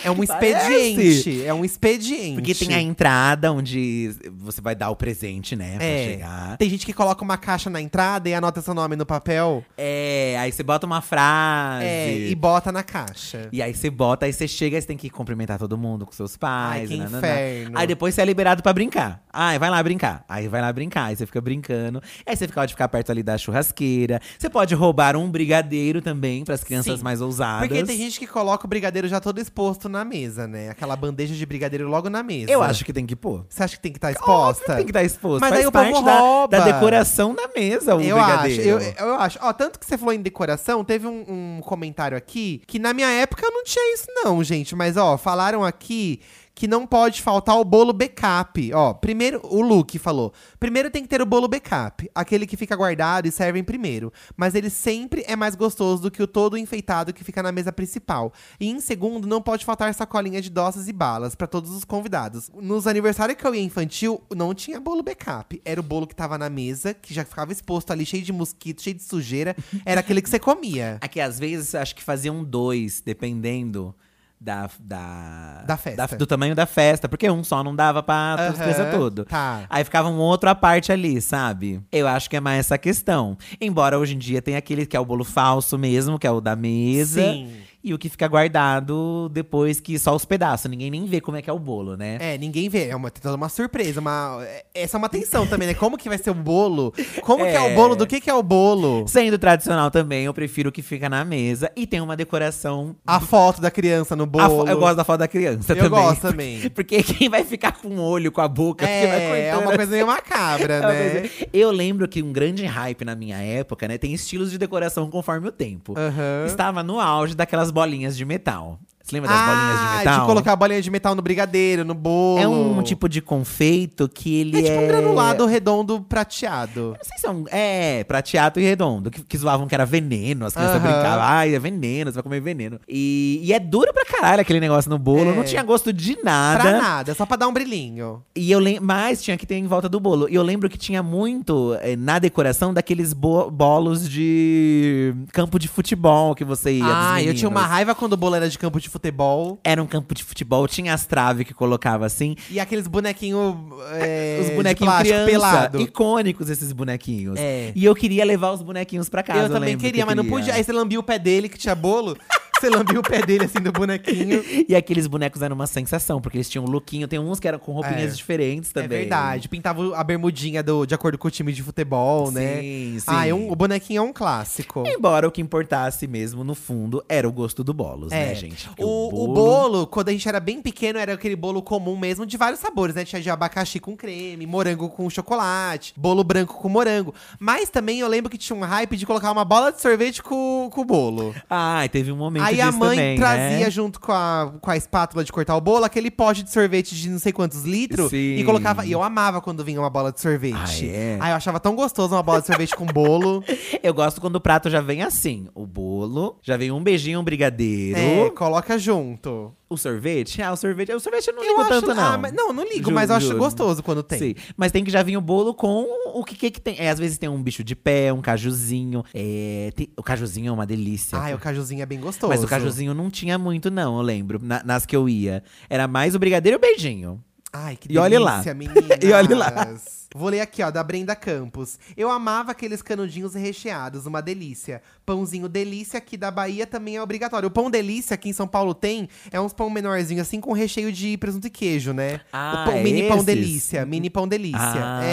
É um expediente. É um expediente.
Porque tem a entrada onde você vai dar o presente, né? Pra
É.
chegar.
Tem gente que coloca uma caixa na entrada e anota seu nome no papel.
É, aí você bota uma frase.
É, e bota na caixa.
E aí você bota, aí você chega, aí você tem que cumprimentar todo mundo com seus pais.
Ai, que
nananã.
inferno.
Aí depois você é liberado pra brincar. Ai, vai lá brincar. Aí vai lá brincar, aí você fica brincando. Aí você pode ficar perto ali da churrasqueira. Você pode roubar um brigadeiro também pras crianças
Sim.
mais ousadas.
Porque tem gente que coloca o brigadeiro já todo exposto na mesa, né? Aquela bandeja de brigadeiro logo na mesa.
Eu acho que tem que pôr.
Você acha que tem que estar
Óbvio
exposta?
que Tem que dar exposto.
Mas
Faz
aí o povo
parte da,
rouba.
da decoração da mesa, o
eu acho,
um brigadeiro.
eu, eu acho. Ó, tanto que você falou em decoração, teve um, um comentário aqui que na minha época não tinha isso, não, gente. Mas, ó, falaram aqui que não pode faltar o bolo backup. Ó, primeiro, o Luke falou: primeiro tem que ter o bolo backup, aquele que fica guardado e serve em primeiro. Mas ele sempre é mais gostoso do que o todo enfeitado que fica na mesa principal. E em segundo, não pode faltar sacolinha de doces e balas pra todos os convidados. Nos aniversários que eu ia infantil, não tinha bolo backup. Era o bolo que tava na mesa, que já ficava exposto ali, cheio de mosquito, cheio de sujeira. Era aquele que você comia.
Aqui, às vezes, acho que faziam um dois, dependendo da, da,
Da festa.
do tamanho da festa. Porque um só não dava pra as
Aham,
coisas tudo.
tá.
Aí ficava um outro à parte ali, sabe? Eu acho que é mais essa questão. Embora hoje em dia tem aquele que é o bolo falso mesmo, que é o da mesa.
Sim.
E o que fica guardado depois que só os pedaços. Ninguém nem vê como é que é o bolo, né?
É, ninguém vê. É uma, tem toda uma surpresa. Uma, é- essa é uma tensão também, né? Como que vai ser o bolo? Como que é o bolo? Do que que é o bolo?
Sendo tradicional também, eu prefiro o que fica na mesa. E tem uma decoração.
A foto da criança no
A
bolo.
fo- eu gosto da foto da criança
Eu
também.
gosto também.
Porque quem vai ficar com o olho, com a boca, porque vai
É, é
cortando
uma coisa meio macabra,
É uma
né?
coisa- Eu lembro que um grande hype na minha época, né? Tem estilos de decoração conforme o tempo.
Aham.
Estava no auge daquelas bolinhas de metal. Você lembra das bolinhas de
Ah,
metal?
de colocar a bolinha de metal no brigadeiro, no bolo.
É um tipo de confeito que ele
É
é.
tipo um granulado redondo prateado.
Não sei se é um. É, prateado e redondo. Que, que zoavam que era veneno, as crianças
Aham.
brincavam. Ai, é veneno, você vai comer veneno. E, e é duro pra caralho aquele negócio no bolo.
É.
Não tinha gosto de nada.
Pra nada, só pra dar um brilhinho.
E eu lem- mas tinha que ter em volta do bolo. E eu lembro que tinha muito eh, na decoração daqueles bo- bolos de campo de futebol que você ia. é dos
ah, eu tinha
meninos.
uma raiva quando o bolo era de campo de futebol.
Era um campo de futebol, tinha as traves que colocava assim.
E aqueles bonequinhos. É,
Os
de
bonequinhos
plástico
criança,
pelado.
icônicos esses bonequinhos.
É.
E eu queria levar os bonequinhos pra casa.
eu também
lembro que
queria, mas não podia. Aí você lambia o pé dele, que tinha bolo. você lambia o pé dele, assim, do bonequinho.
E aqueles bonecos eram uma sensação, porque eles tinham um lookinho. Tem uns que eram com roupinhas
É.
diferentes também.
É verdade. Pintava a bermudinha do, de acordo com o time de futebol, né?
Sim, sim.
Ah, é um- o bonequinho é um clássico.
Embora o que importasse mesmo, no fundo, era o gosto do bolos, né, gente? Porque
É. O, o bolo... quando a gente era bem pequeno, era aquele bolo comum mesmo, de vários sabores, né? Tinha de abacaxi com creme, morango com chocolate, bolo branco com morango. Mas também eu lembro que tinha um hype de colocar uma bola de sorvete com, com o bolo.
Ai, teve um momento
Aí
disso
a mãe
também,
trazia
né?
junto com a, com a espátula de cortar o bolo aquele pote de sorvete de não sei quantos litros
Sim.
e colocava. E eu amava quando vinha uma bola de sorvete.
Ah, é?
Aí eu achava tão gostoso uma bola de sorvete com bolo.
Eu gosto quando o prato já vem assim. O bolo, já vem um beijinho, um brigadeiro.
É, coloca junto.
O sorvete? Ah, o sorvete. O sorvete eu não
Eu
ligo
acho-
tanto, não.
ah, mas- não, não ligo, mas eu acho gostoso quando tem.
Sim. Mas tem que já vir o bolo com o que, que, que tem. É, às vezes tem um bicho de pé, um cajuzinho. É, tem- O cajuzinho é uma delícia.
Ai, o cajuzinho é bem gostoso.
Mas o cajuzinho não tinha muito, não, eu lembro. na- nas que eu ia. Era mais o brigadeiro e o beijinho.
Ai, que
E olhe lá.
delícia, meninas.
E olhe lá.
Vou ler aqui, ó, da Brenda Campos. Eu amava aqueles canudinhos recheados, uma delícia. Pãozinho delícia aqui da Bahia também é obrigatório. O pão delícia aqui em São Paulo tem, é uns pão menorzinho assim com recheio de presunto e queijo, né?
Ah,
o pão- mini pão
esses?
delícia, mini pão delícia.
Ah. Hum.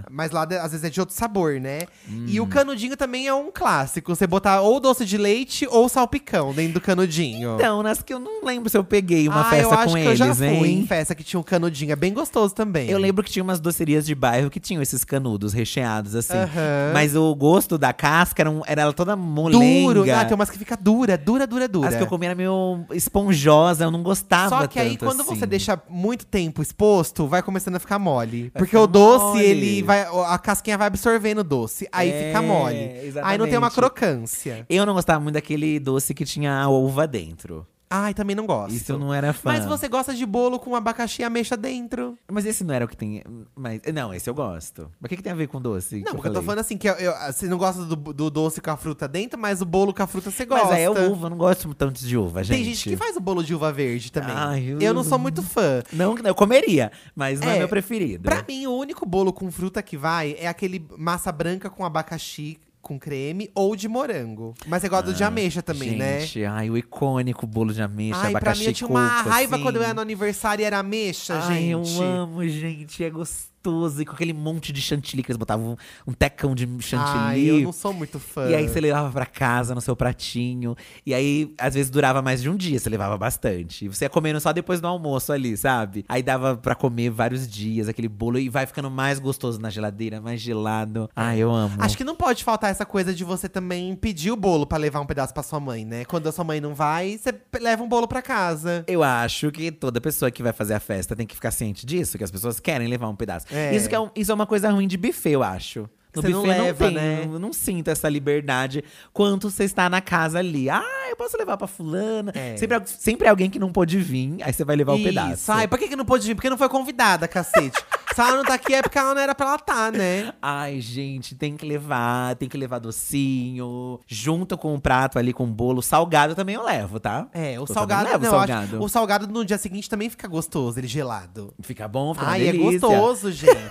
É. Mas lá às vezes é de outro sabor, né? E o canudinho também é um clássico. Você botar ou doce de leite ou salpicão dentro do canudinho.
Então, nas que eu não lembro se eu peguei uma
ah, eu
festa
acho
com
que
eles,
eu já fui
hein?
em festa que tinha um canudinho, é bem gostoso também.
Eu lembro que tinha umas docerias de bairro que tinham esses canudos recheados, assim.
Aham.
Mas o gosto da casca era, um- era ela toda molenga.
Duro, ah, tem umas que fica dura, dura, dura, dura.
As que eu comia era meio esponjosa, eu não gostava
Só que aí,
tanto
quando
assim.
você deixa muito tempo exposto, vai começando a ficar mole. Porque
ficar
o doce,
mole.
ele vai. A casquinha vai absorvendo o doce. Aí
É,
fica mole. Aí não tem uma
exatamente.
crocância.
Eu não gostava muito daquele doce que tinha a uva dentro.
Ai, também não gosto.
Isso eu não era fã.
Mas você gosta de bolo com abacaxi e ameixa dentro.
Mas esse não era o que tem. Mas... Não, esse eu gosto. Mas o que, que tem a ver com doce? que
Não, porque eu tô
falei?
falando assim, que eu- eu- você não gosta do, do doce com a fruta dentro, mas o bolo com a fruta você gosta.
Mas aí é uva, eu não gosto tanto de uva, gente.
Tem gente que faz o bolo de uva verde também.
Ai, eu-
eu não sou muito fã.
Não, eu comeria, mas não é,
É,
meu preferido.
Pra mim, o único bolo com fruta que vai é aquele massa branca com abacaxi com creme ou de morango. Mas você gosta do de ameixa também, né?
Ah, Gente, ai, o icônico bolo de ameixa,
Ai, pra
abacaxi
mim eu tinha uma
coco,
raiva
assim.
quando eu era no aniversário e era ameixa,
Ai,
gente.
eu amo, gente, é gostoso. gostoso. E com aquele monte de chantilly que eles botavam, um, um tecão de chantilly.
Ai, eu não sou muito fã.
E aí você levava pra casa no seu pratinho. E aí, às vezes, durava mais de um dia, você levava bastante. E você ia comendo só depois do almoço ali, sabe? Aí dava pra comer vários dias aquele bolo e vai ficando mais gostoso na geladeira, mais gelado. Ai, eu amo.
Acho que não pode faltar essa coisa de você também pedir o bolo pra levar um pedaço pra sua mãe, né? Quando a sua mãe não vai, você leva um bolo pra casa.
Eu acho que toda pessoa que vai fazer a festa tem que ficar ciente disso, que as pessoas querem levar um pedaço.
É.
Isso, que é um- isso é uma coisa ruim de buffet, eu acho. No
Você não
buffet
leva,
tem,
né?
Eu não sinto essa liberdade quanto você está na casa ali. Ah, eu posso levar pra fulana.
É.
Sempre, al- sempre é alguém que não pôde vir, aí você vai levar o
Isso.
pedaço.
Ai, por que, que não pôde vir? Porque não foi convidada, cacete. Se ela não tá aqui é porque ela não era pra ela estar, né?
Ai, gente, tem que levar, tem que levar docinho, junto com o prato ali, com o bolo. Salgado também eu levo, tá?
É, o
Eu também
salgado.
levo
não, eu acho-
salgado.
o salgado no dia seguinte também fica gostoso, ele gelado.
Fica bom, fica uma
Ai, é
delícia.
gostoso, gente.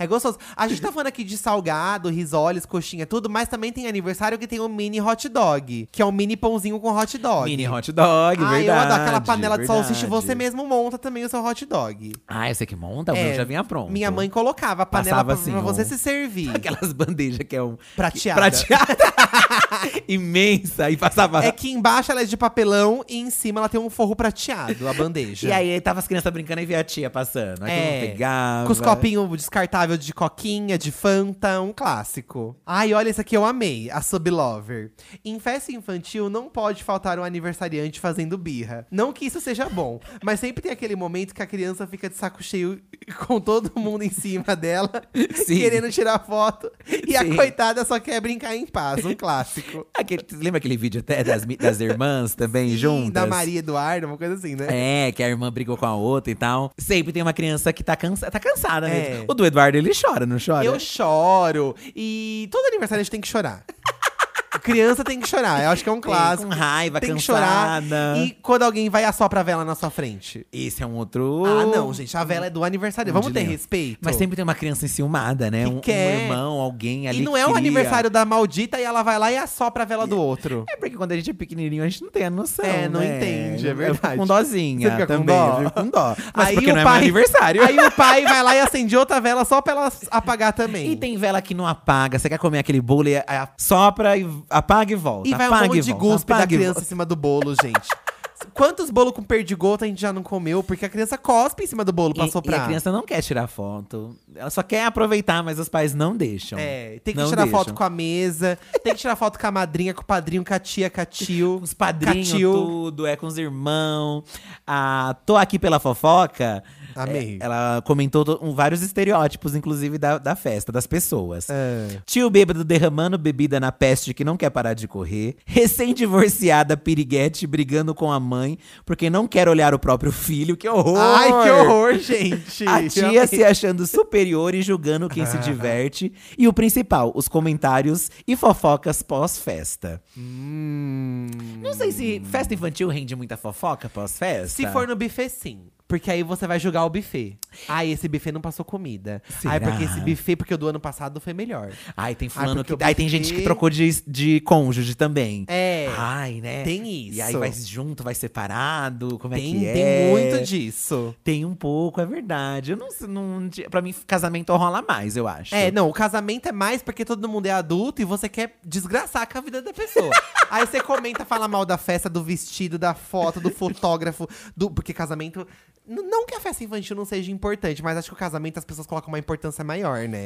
É gostoso. A gente tá falando aqui de salgado, risoles, coxinha, tudo, mas também tem aniversário que tem o mini hot dog, que é um mini pãozinho com hot dog.
Mini hot dog,
Ai,
É verdade.
Ah, eu adoro aquela panela de salsicha e
verdade.
você mesmo monta também o seu hot dog.
Ah, você que monta? O
É,
meu já vinha pronto.
Minha mãe colocava a panela
Passava
pra,
assim
pra você
um-
se servir.
Aquelas bandejas que é um…
Prateada.
Prateada. Imensa. E passava…
É que embaixo ela é de papelão e em cima ela tem um forro prateado, a bandeja.
E aí, tava as crianças brincando e via a tia passando. Aí todo
É.
mundo pegava.
Com os copinhos descartáveis de coquinha, de Fanta, um clássico. Ai, olha, esse aqui eu amei, a Sub Lover. Em festa infantil, não pode faltar um aniversariante fazendo birra. Não que isso seja bom, mas sempre tem aquele momento que a criança fica de saco cheio com todo mundo em cima dela,
Sim.
querendo tirar foto. E a
Sim.
coitada só quer brincar em paz, um clássico.
Ah, Aquele, lembra aquele vídeo até das, mi- das irmãs também, juntas?
Sim, Da Maria Eduarda, uma coisa assim, né?
É, que a irmã brigou com a outra e tal. Sempre tem uma criança que tá, cansa tá cansada
É.
mesmo. O do Eduardo, ele chora, não chora?
Eu choro. E todo aniversário a gente tem que chorar. Criança tem que chorar. Eu acho que é um clássico.
Com raiva,
tem que chorar.
Tá cansada.
E quando alguém vai assopra a vela na sua frente.
Esse é um outro…
Ah, não, gente. A vela é do aniversário.
Um
Vamos ter
dilema.
respeito.
Mas sempre tem uma criança enciumada, né?
Que
Um, um
quer.
irmão, alguém ali
E não
que
é o
queria.
aniversário da maldita e ela vai lá e assopra a vela do outro.
É porque quando a gente é pequenininho, a gente não tem a noção,
É, não
né?
entende, é
Eu
verdade.
fico com dózinha
Você fica com
também,
dó?
eu fico com dó. Mas
Aí
porque
o
não é
pai-
meu aniversário.
Aí o pai vai lá e acende outra vela só pra ela apagar também.
E tem vela que não apaga, você quer comer aquele bolo e a- a- sopra e apaga e volta.
E vai um
apaga
monte
e
de
volta,
guspe da
apaga e
criança em
volta.
cima do bolo, gente. Quantos bolos com perdigoto a gente já não comeu? Porque a criança cospe em cima do bolo pra
E, e
soprar.
a criança não quer tirar foto. Ela só quer aproveitar, mas os pais não deixam.
É, tem que
Então, Não
tirar
deixam.
foto com a mesa, tem que tirar foto com a madrinha, com o padrinho, com a tia, com a tio.
Com os padrinhos,
Catil.
tudo, é com os irmãos. A Tô Aqui Pela Fofoca.
Amei.
é, ela comentou to- um- vários estereótipos, inclusive, da, da festa, das pessoas.
É.
Tio bêbado derramando bebida na peste que não quer parar de correr. Recém-divorciada piriguete brigando com a mãe porque não quer olhar o próprio filho. Que horror!
Ai, que horror, gente!
A tia se achando superior e julgando quem se diverte. E o principal, os comentários e fofocas pós-festa.
Hum.
Não sei se festa infantil rende muita fofoca pós-festa.
Se for no buffet, sim. Porque aí você vai julgar o buffet. Ah, esse buffet não passou comida.
Será?
Ah, porque esse buffet, porque o do ano passado foi melhor.
Ai, tem
Ai,
fulano
porque
que.
eu
Ai, tem gente que
botei-
trocou de, de cônjuge também.
É.
Ai, né?
Tem
E aí
isso.
vai junto, vai separado. Como é
tem,
que
tem
é?
muito disso.
Tem um pouco, é verdade. Eu não, não. Pra mim, casamento rola mais, eu acho.
É, não, o casamento é mais porque todo mundo é adulto e você quer desgraçar com a vida da pessoa. Aí você comenta, fala mal da festa, do vestido, da foto, do fotógrafo, do porque casamento n- não que a festa infantil não seja importante, mas acho que o casamento as pessoas colocam uma importância maior, né?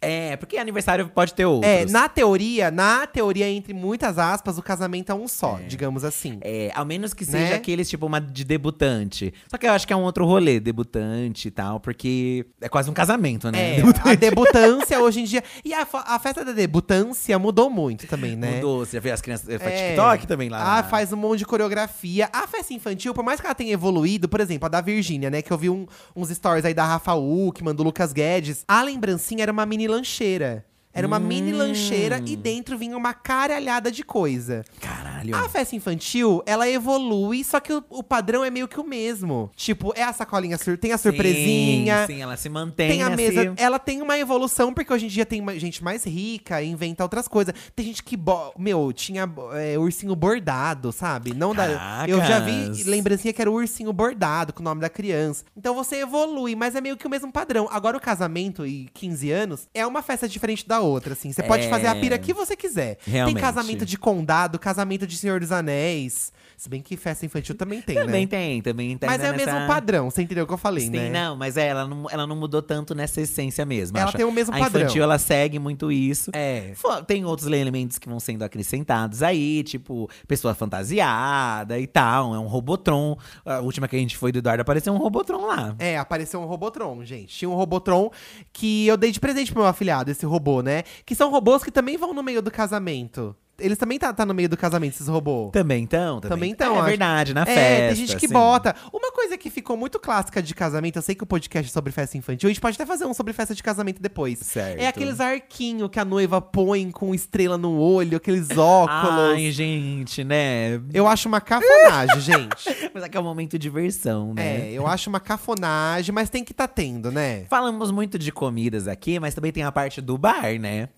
É, porque aniversário pode ter outros.
É, na teoria, na teoria entre muitas aspas, o casamento é um só, digamos assim.
É, ao menos que seja
Né?
aqueles, tipo, uma de debutante. Só que eu acho que é um outro rolê, debutante e tal, porque é quase um casamento, né?
É, a debutância hoje em dia. E a, fo- a festa da debutância mudou muito também, né?
Mudou, você já vê as crianças. eh, Faz
É.
TikTok também lá.
Ah, faz um monte de coreografia. A festa infantil, por mais que ela tenha evoluído, por exemplo, a da Virgínia, né? Que eu vi um- uns stories aí da Rafa Uckman, do Lucas Guedes. A lembrancinha era uma mini lancheira. Era uma mini lancheira e dentro vinha uma caralhada de coisa.
Caralho. Caralho.
A festa infantil, ela evolui, só que o, o padrão é meio que o mesmo. Tipo, é a sacolinha, sur- tem a surpresinha,
Sim, sim, ela se mantém.
tem a
assim.
mesa. Ela tem uma evolução, porque hoje em dia tem ma- gente mais rica, inventa outras coisas. Tem gente que. bo- Meu, tinha é, ursinho bordado, sabe? Não dá. Eu já vi
Caracas.
lembrancinha que era o ursinho bordado, com o nome da criança. Então você evolui, mas é meio que o mesmo padrão. Agora o casamento e 15 anos é uma festa diferente da outra, assim. Você pode
É.
fazer a pira que você quiser.
Realmente.
Tem casamento de condado, casamento de Senhor dos Anéis. Se bem que festa infantil também tem,
Também
né?
tem, também tem.
Mas é o mesmo
nessa-
padrão, você entendeu o que eu falei,
Sim,
né?
não, mas é, ela não, ela não mudou tanto nessa essência mesmo.
Ela
acho.
tem o mesmo
a
padrão.
infantil, ela segue muito isso.
É.
Fo- Tem outros elementos que vão sendo acrescentados aí, tipo, pessoa fantasiada e tal. É um Robotron. A última que a gente foi do Eduardo apareceu um Robotron lá.
É, apareceu um Robotron, gente. Tinha um Robotron que eu dei de presente pro meu afilhado, esse robô, né? Que são robôs que também vão no meio do casamento. Eles também tá, tá no meio do casamento, esses robôs.
Também então,
Também então,
É
acho.
verdade, na
é,
festa.
tem gente que
assim.
bota. Uma coisa que ficou muito clássica de casamento, eu sei que o podcast é sobre festa infantil, a gente pode até fazer um sobre festa de casamento depois.
Certo.
É aqueles arquinhos que a noiva põe com estrela no olho, aqueles óculos.
Ai, gente, né?
Eu acho uma cafonagem, gente.
Mas é que é um momento de diversão, né?
É, eu acho uma cafonagem, mas tem que tá tendo, né?
Falamos muito de comidas aqui, mas também tem a parte do bar, né?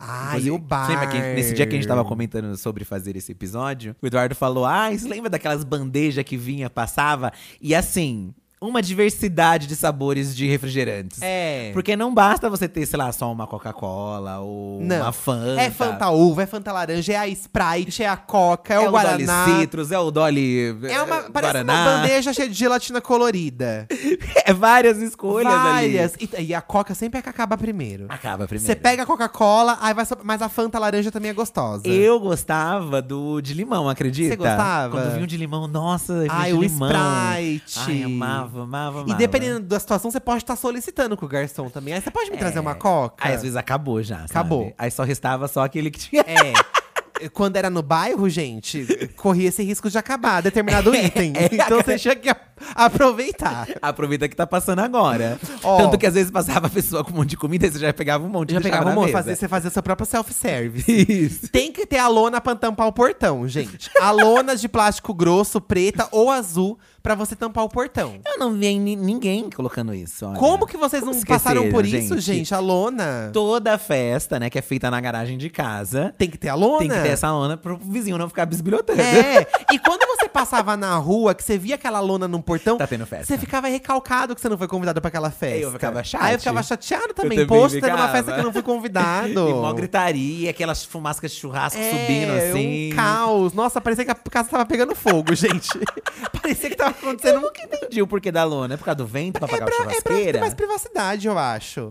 Ah, e
Inclusive,
o bar.
Você lembra que nesse dia que a gente tava comentando sobre fazer esse episódio, o Eduardo falou: Ah, você lembra daquelas bandejas que vinha, passava? E assim, uma diversidade de sabores de refrigerantes.
É.
Porque não basta você ter, sei lá, só uma Coca-Cola ou
Não.
uma Fanta.
É Fanta Uva, é Fanta Laranja, é a Sprite, é a Coca, é, o Guaraná.
Dolly Citrus, é o Dolly
É uma, parece
eh, Guaraná.
uma bandeja cheia de gelatina colorida.
É várias escolhas ali.
Várias. E, e a Coca sempre é que acaba primeiro.
Acaba primeiro.
Você pega a Coca-Cola, aí vai só- mas a Fanta Laranja também é gostosa.
Eu gostava do de limão, acredita?
Você gostava?
Quando vinha o de limão, nossa,
Ai,
de
o
limão.
Sprite.
Ai, amava, amava, amava.
E dependendo da situação, você pode estar solicitando com o garçom também. Aí você pode me trazer uma Coca?
Aí, É. às vezes acabou já, sabe?
Acabou.
Aí só restava só aquele que tinha.
É. Quando era no bairro, gente, corria esse risco de acabar determinado
É,
item. Então você tinha que a- aproveitar.
Aproveita que tá passando agora.
Ó.
Tanto que às vezes passava a pessoa com um monte de comida e você já pegava um monte. e
Já
deixava
pegava
na
uma,
mesa.
fazer, você fazia seu próprio self-service.
Isso.
Tem que ter a lona pra tampar o portão, gente. A lona de plástico grosso, preta ou azul, pra você tampar o portão.
Eu "Ah, não vi ni- ninguém colocando isso. olha.
Como que vocês
Como
não
esqueceram,
passaram por isso,
gente?
gente? A lona.
Toda festa, né, que é feita na garagem de casa,
Tem que ter a lona.
tem que ter essa lona pro vizinho não ficar bisbilhotando.
É, e quando você passava na rua, que você via aquela lona num portão,
Tá tendo festa.
você ficava recalcado que você não foi convidado pra aquela festa.
Eu ficava chate.
Aí eu ficava chateado também.
também
Poxa, tendo uma
ficava.
festa que eu não fui convidado.
E mó gritaria, aquelas fumascas de churrasco subindo assim.
Um caos. Nossa, parecia que a casa tava pegando fogo, gente. parecia que tava acontecendo um.
Entendi o porquê da lona. É por causa do vento pra
É
apagar
pra,
a
é pra ter
churrasqueira?
mais privacidade, eu acho.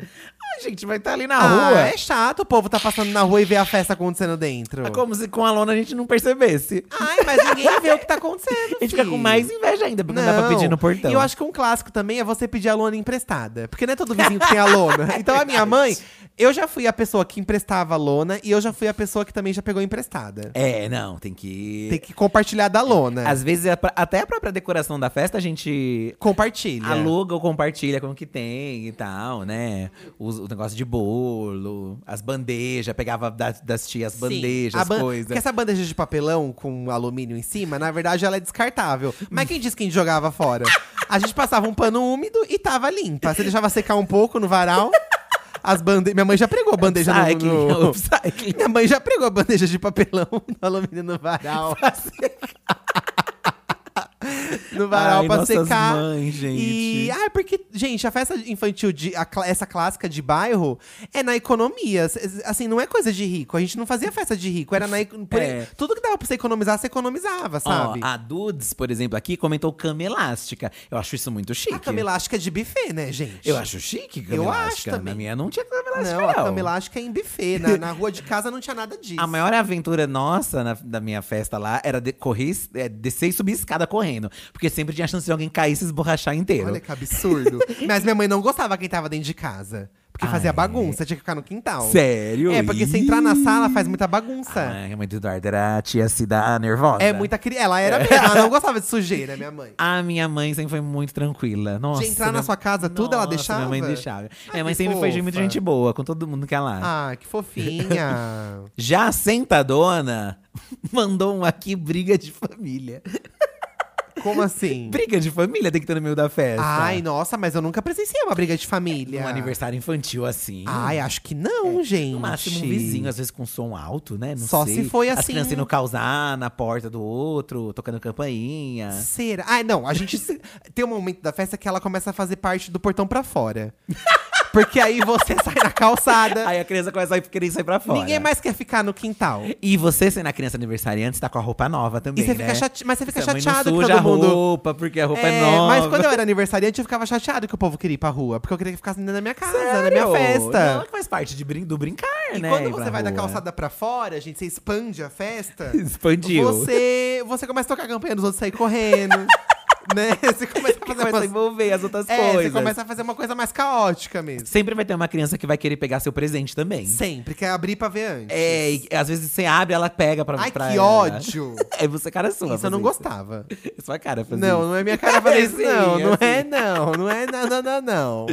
A gente vai estar ali na
ah,
rua.
é chato o povo tá passando na rua e ver a festa acontecendo dentro.
É como se com a lona a gente não percebesse.
Ai, mas ninguém vê o que tá acontecendo.
A gente fica
fi.
com mais inveja ainda, porque não, dá pra pedir no portão.
E eu acho que um clássico também é você pedir a lona emprestada. Porque não é todo vizinho que tem a lona.
É
Então a minha mãe, eu já fui a pessoa que emprestava a lona e eu já fui a pessoa que também já pegou emprestada.
É, não, tem que.
Tem que compartilhar da lona.
Às vezes, a pra- até a própria decoração da festa, a gente É.
Compartilha.
aluga ou compartilha com o que tem e tal, né? Os- O, negócio de bolo, as bandejas, pegava das, das tias
Sim.
bandejas,
A ban-
coisas.
Porque essa bandeja de papelão com alumínio em cima, na verdade, ela é descartável. Mas quem disse que a gente jogava fora? A gente passava um pano úmido e tava limpa. Você deixava secar um pouco no varal. As bande... Minha mãe já pregou bandeja no,
Upcycling,
no...
upcycling.
Minha mãe já pregou bandeja de papelão Então, no alumínio no varal. no varal
Ai,
pra
nossas
secar.
mães, gente.
E, ah, porque, gente, a festa infantil, de, a cla- essa clássica de bairro, é na economia. C- c- Assim, não é coisa de rico. A gente não fazia festa de rico. Era na. eco- por-
É.
Tudo que dava pra você economizar, você economizava,
Ó,
sabe?
a Dudes, por exemplo, aqui comentou cama elástica. Eu acho isso muito chique.
a cama elástica é de buffet, né, gente?
Eu acho chique cama
Eu acho
elástica.
também.
Na minha não tinha cama elástica,
Não,
não.
a cama elástica é em buffet. Na, na rua de casa não tinha nada disso.
A maior aventura nossa na- da minha festa lá era de- correr, es- é, descer e subir escada correndo. Porque sempre tinha chance de alguém cair e se esborrachar inteiro.
Olha que absurdo. Mas minha mãe não gostava quem tava dentro de casa. Porque
Ah,
fazia
é?
bagunça, tinha que ficar no quintal.
Sério? Ah,
É, porque se
Ih.
entrar na sala faz muita bagunça.
Ai, a mãe do Eduardo era a tia Cida nervosa.
é muita criança. Ela era mesmo, ela não gostava de sujeira, minha mãe.
A minha mãe sempre foi muito tranquila. Nossa.
de entrar na
minha-
sua casa, tudo ela
Nossa,
deixava?
Minha mãe deixava. minha mãe
que
sempre foi de muito
fofa.
gente boa, com todo mundo que é lá.
Ah, que fofinha.
Já a sentadona mandou um aqui briga de família.
Como assim?
Briga de família tem que ter no meio da festa.
Ai, nossa, mas eu nunca presenciei uma briga de família.
Um aniversário infantil assim.
Ai, acho que não, gente.
No máximo um vizinho, às vezes com som alto, né? Não
Só
sei.
se foi
As
assim-
crianças indo causar na porta do outro, tocando campainha.
Será? Ah, não, a gente. se- Tem um momento da festa que ela começa a fazer parte do portão pra fora. Porque aí você sai na calçada,
Aí a criança começa a querer sair pra fora.
ninguém mais quer ficar no quintal.
E você, sendo a criança aniversariante, tá com a roupa nova também,
E você fica
né?
chate... Mas você fica
Sua mãe não
chateado que
suja
todo
a
mundo.
roupa, porque a roupa é,
É,
nova.
mas quando eu era aniversariante, eu ficava chateado que o povo queria ir pra rua. Porque eu queria que ficasse na minha casa, na minha
Sério?
festa.
né, Não, é faz parte de brin- do brincar,
E
né?
quando
ir
você
pra
vai da
rua.
calçada pra fora, gente, você expande a festa.
Expandiu.
Você, você começa a tocar a campanha dos outros sair correndo, né? Você começa a fazer
começa a
umas,
envolver as outras
é, você
coisas.
começa a fazer uma coisa mais caótica mesmo.
Sempre vai ter uma criança que vai querer pegar seu presente também.
Sempre quer abrir pra ver antes.
É, e às vezes você abre, ela pega pra
Ai,
pra
que
ela.
ódio.
É você cara sua.
Isso eu não
fazer
gostava.
isso. Sua cara fazer
Não,
isso.
não é minha cara fazer isso, não.
Sim,
Não
assim.
é, não. Não é, não, não, não, não.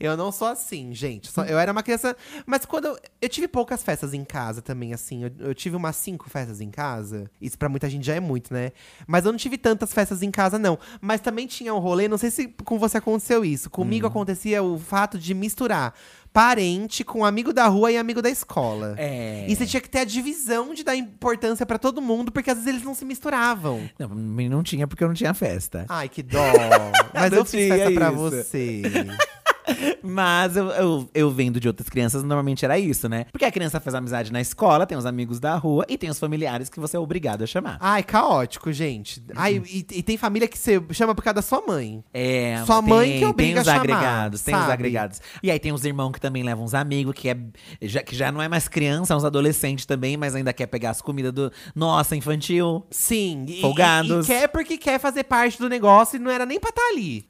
Eu não sou assim, gente. Só- Eu era uma criança. Mas quando. Eu, eu tive poucas festas em casa também, assim. Eu, eu tive umas cinco festas em casa. Isso pra muita gente já é muito, né? Mas eu não tive tantas festas em casa, não. Mas também tinha um rolê, não sei se com você aconteceu isso.
Hum.
Comigo acontecia o fato de misturar parente com amigo da rua e amigo da escola.
É.
E você tinha que ter a divisão de dar importância pra todo mundo, porque às vezes eles não se misturavam.
Não, pra mim não tinha porque eu não tinha festa.
Ai, que dó. Mas
Não
eu fiz
tinha
festa pra
isso.
você.
Ah. Mas eu, eu, eu vendo de outras crianças, normalmente era isso, né? Porque a criança faz amizade na escola, tem os amigos da rua e tem os familiares que você é obrigado a chamar.
Ai, caótico, gente. Ai, e, e tem família que você chama por causa da sua mãe.
É,
Sua mãe que
tem
obriga
os
a chamar,
agregados, tem os
sabe?
agregados. E aí tem os irmãos que também levam uns amigos, que, é, já, que já não é mais criança, é uns adolescentes também, mas ainda quer pegar as comidas do. Nossa, infantil.
Sim. e-
Folgados.
E, e quer porque quer fazer parte do negócio e não era nem pra estar ali.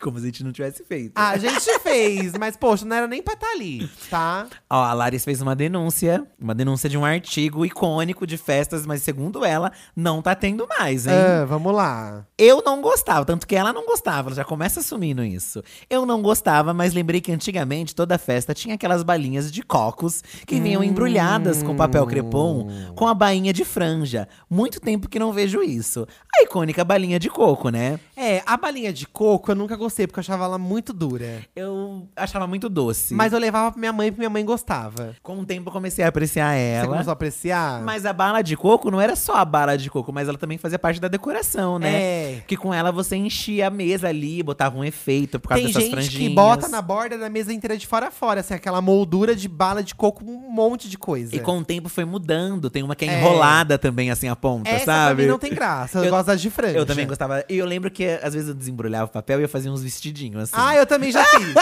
Como se a gente não tivesse feito.
A gente fez, mas poxa, não era nem pra estar ali, tá?
Ó, a Laris fez uma denúncia, uma denúncia de um artigo icônico de festas, mas segundo ela, não tá tendo mais, hein?
Ah, vamos lá.
Eu não gostava, tanto que ela não gostava, ela já começa assumindo isso. Eu não gostava, mas lembrei que antigamente toda festa tinha aquelas balinhas de cocos que vinham
Hum.
embrulhadas com papel crepom, com a bainha de franja. Muito tempo que não vejo isso. A icônica balinha de coco, né?
É, a balinha de coco eu nunca gostei, porque eu achava ela muito dura.
Eu achava muito doce.
Mas eu levava pra minha mãe, porque minha mãe gostava.
com o tempo eu comecei a apreciar
Você
ela.
começou a apreciar?
Mas a bala de coco não era só a bala de coco, mas ela também fazia parte da decoração, né?
É.
Que com ela você enchia a mesa ali, botava um efeito por causa
Tem
dessas
gente
franjinhas.
que bota na borda da mesa inteira de fora a fora, assim, aquela moldura de bala de coco, um monte de coisa.
E com o tempo foi mudando. Tem uma que é
É.
enrolada também, assim, a ponta,
Essa pra
sabe?
mim não tem graça, eu,
Eu-
gosto das de franja.
Eu também gostava. E eu lembro que às vezes eu desembrulhava o papel e eu fazia uns vestidinhos, assim.
Ah, eu também já fiz.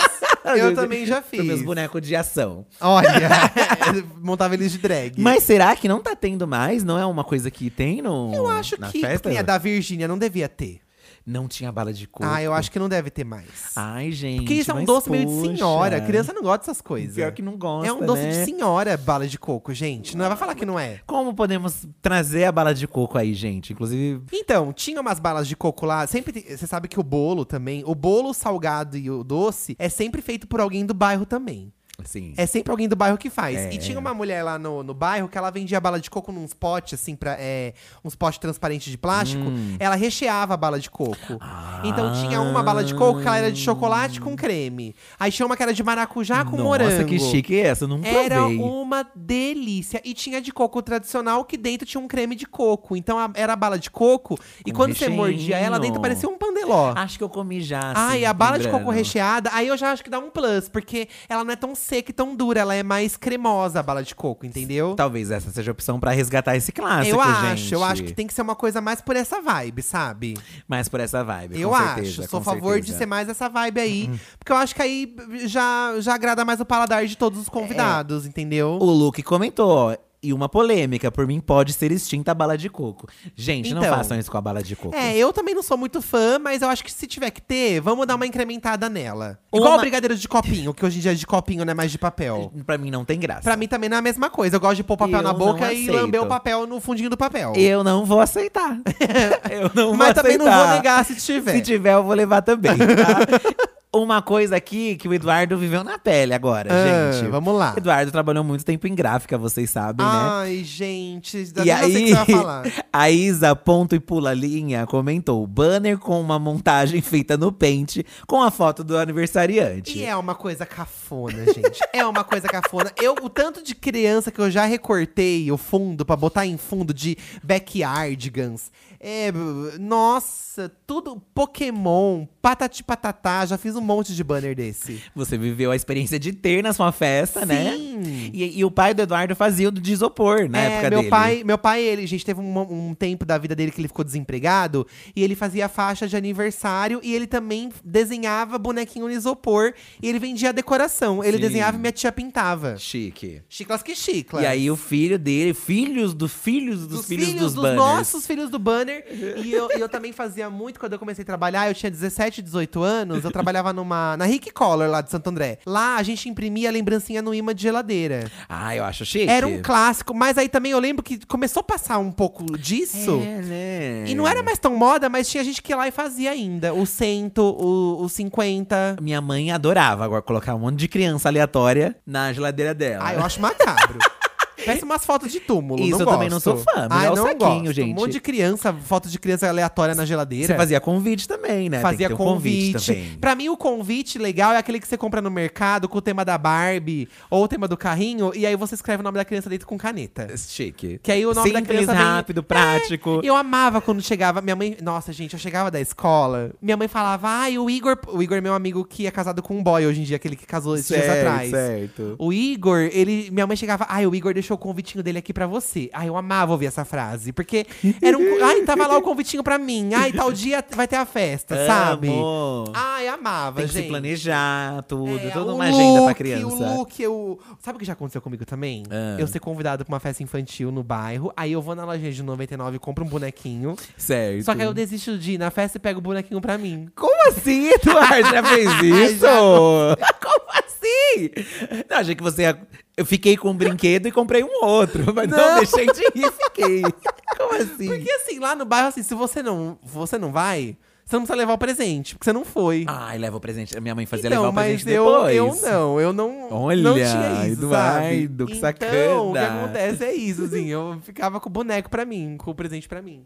eu também já
Dos meus
fiz.
bonecos de ação.
Olha, montava eles de drag.
Mas será que não tá tendo mais? Não é uma coisa que tem no.
eu acho
na
que
Festa?
a da Virgínia não devia ter.
Não tinha bala de coco.
Ah, eu acho que não deve ter mais.
Ai, gente.
Porque isso é um
mas
doce meio de
poxa.
senhora. Criança não gosta dessas coisas.
Pior que não gosta.
é um doce
né?
de senhora, bala de coco, gente. Não vai falar que não é.
Como podemos trazer a bala de coco aí, gente? Inclusive.
Então, tinha umas balas de coco lá. Sempre tem- Você sabe que o bolo também, o bolo o salgado e o doce é sempre feito por alguém do bairro também.
Assim.
É sempre alguém do bairro que faz.
É.
E tinha uma mulher lá no, no bairro que ela vendia bala de coco num potes, assim, pra, é, uns potes transparentes de plástico.
Hum.
Ela recheava a bala de coco. Então tinha uma bala de coco que ela era de chocolate com creme. Aí tinha uma que era de maracujá com
Nossa,
morango.
que chique é essa? Eu Não provei.
Era uma delícia. E tinha de coco tradicional, que dentro tinha um creme de coco. Então a- era a bala de coco. E
Com
quando você
recheio.
mordia ela, dentro parecia um pandeló.
Acho que eu comi já. Assim,
Ai, a bala de
lembrando.
coco recheada, aí eu já acho que dá um plus, porque ela não é tão seca e tão dura, ela é mais cremosa a bala de coco, entendeu?
Talvez essa seja a opção pra resgatar esse clássico,
eu acho,
Tá gente.
eu acho que tem que ser uma coisa mais por essa vibe, sabe?
Mas por essa vibe.
eu
com certeza,
acho, sou a
com
favor de
certeza. Uhum.
ser mais essa vibe aí, porque eu acho que
É.
aí já, já agrada mais o paladar de todos os convidados, entendeu?
O Luke comentou. ó, E uma polêmica, por mim pode ser extinta a bala de coco. Gente, não
Então.
façam isso com a bala de coco.
É, eu também não sou muito fã, mas eu acho que se tiver que ter, vamos dar uma incrementada nela.
Uma-
Igual o brigadeiro de copinho, que hoje em dia é de copinho, não é mais de papel.
Pra mim não tem graça.
Pra mim também não é a mesma coisa. Eu gosto de pôr papel
Eu
na boca e
não aceito.
lamber o papel no fundinho do papel.
Eu não vou aceitar. eu não
Mas
vou
também não
aceitar.
vou negar se tiver.
Se tiver, eu vou levar também, tá? Uma coisa aqui que o Eduardo viveu na pele agora,
Ah,
gente.
Vamos lá.
Eduardo trabalhou muito tempo em gráfica, vocês sabem, né?
Ai, gente,
E
eu sei o que
aí,
você vai falar.
a Isa Ponto e Pula Linha comentou: banner com uma montagem feita no pente com a foto do aniversariante.
E é uma coisa cafona, gente. É uma coisa cafona. Eu, o tanto de criança que eu já recortei o fundo pra botar em fundo de backyardigans. É, b- nossa, tudo Pokémon, patati patatá. Já fiz um monte de banner desse.
Você viveu a experiência de ter na sua festa, né?
Sim.
E, e o pai do Eduardo fazia o de isopor na
é,
época
meu
dele.
pai, meu pai, ele, gente, teve um, um tempo da vida dele que ele ficou desempregado e ele fazia faixa de aniversário e ele também desenhava bonequinho no isopor e ele vendia a decoração. Ele
Sim.
desenhava e minha tia pintava.
Chique.
Chiclas que chiclas.
E aí o filho dele, filhos dos filhos dos,
dos
filhos,
filhos,
dos,
dos
banners.
nossos filhos do banner. E eu, e eu também fazia muito quando eu comecei a trabalhar. Eu tinha 17, 18 anos. Eu trabalhava numa na Rick Collor lá de Santo André. Lá a gente imprimia a lembrancinha no imã de geladeira.
Ah, eu acho chique.
Era um clássico, mas aí também eu lembro que começou a passar um pouco disso.
É, né?
E não era mais tão moda, mas tinha gente que ia lá e fazia ainda. O cento, o, o 50.
Minha mãe adorava agora colocar um monte de criança aleatória na geladeira dela.
Ah, eu acho macabro. Parece umas fotos de túmulo,
Isso
não
eu também
gosto.
não sou fã,
Ah,
melhor
eu
o
não
saquinho,
gosto. Um
gente.
monte de criança, foto de criança aleatória na geladeira.
Você fazia convite também, né? Tem
Fazia
que ter um
convite.
também.
pra mim, o convite legal é aquele que você compra no mercado com o tema da Barbie ou o tema do carrinho, e aí você escreve o nome da criança dentro com caneta.
É Chique.
Que aí o nome da
Simples,
criança vem-
rápido, prático.
Eu amava quando chegava. Minha mãe. Nossa, gente, eu chegava da escola. Minha mãe falava: Ai, o Igor. O Igor é meu amigo que é casado com um boy hoje em dia, aquele que casou esses dias
Certo,
atrás.
Certo.
O Igor, ele. Minha mãe chegava, ai, o Igor deixou o convitinho dele aqui pra você. Ai, eu amava ouvir essa frase. Porque era um. ai, tava lá o convitinho pra mim. Ai, tal dia vai ter a festa,
É,
sabe?
Amo.
Ai, amava,
Tem que
gente.
se planejar tudo,
É,
toda
o
uma agenda pra
look,
criança.
O look, eu... Sabe o que já aconteceu comigo também?
Ah.
Eu ser convidado pra uma festa infantil no bairro, aí eu vou na loja de 99 e compro um bonequinho.
Certo.
Só que aí eu desisto de ir na festa e pego o bonequinho pra mim.
Como assim, Eduardo? Já fez isso? Como assim? Não, achei que você ia... Eu fiquei com um brinquedo e comprei um outro. Mas não,
Não.
deixei de ir e fiquei. Como assim?
Porque assim, lá no bairro, assim, se você não, você não vai, você não precisa levar o presente, porque você não foi.
Ai, leva o presente. Minha mãe fazia
então,
Ah, levar o
mas
presente
eu,
depois.
eu não, eu não,
Olha,
não tinha isso,
Eduardo, que
sabe? Então, o que
sacana.
acontece é isso, assim, eu ficava com o boneco pra mim, com o presente pra mim.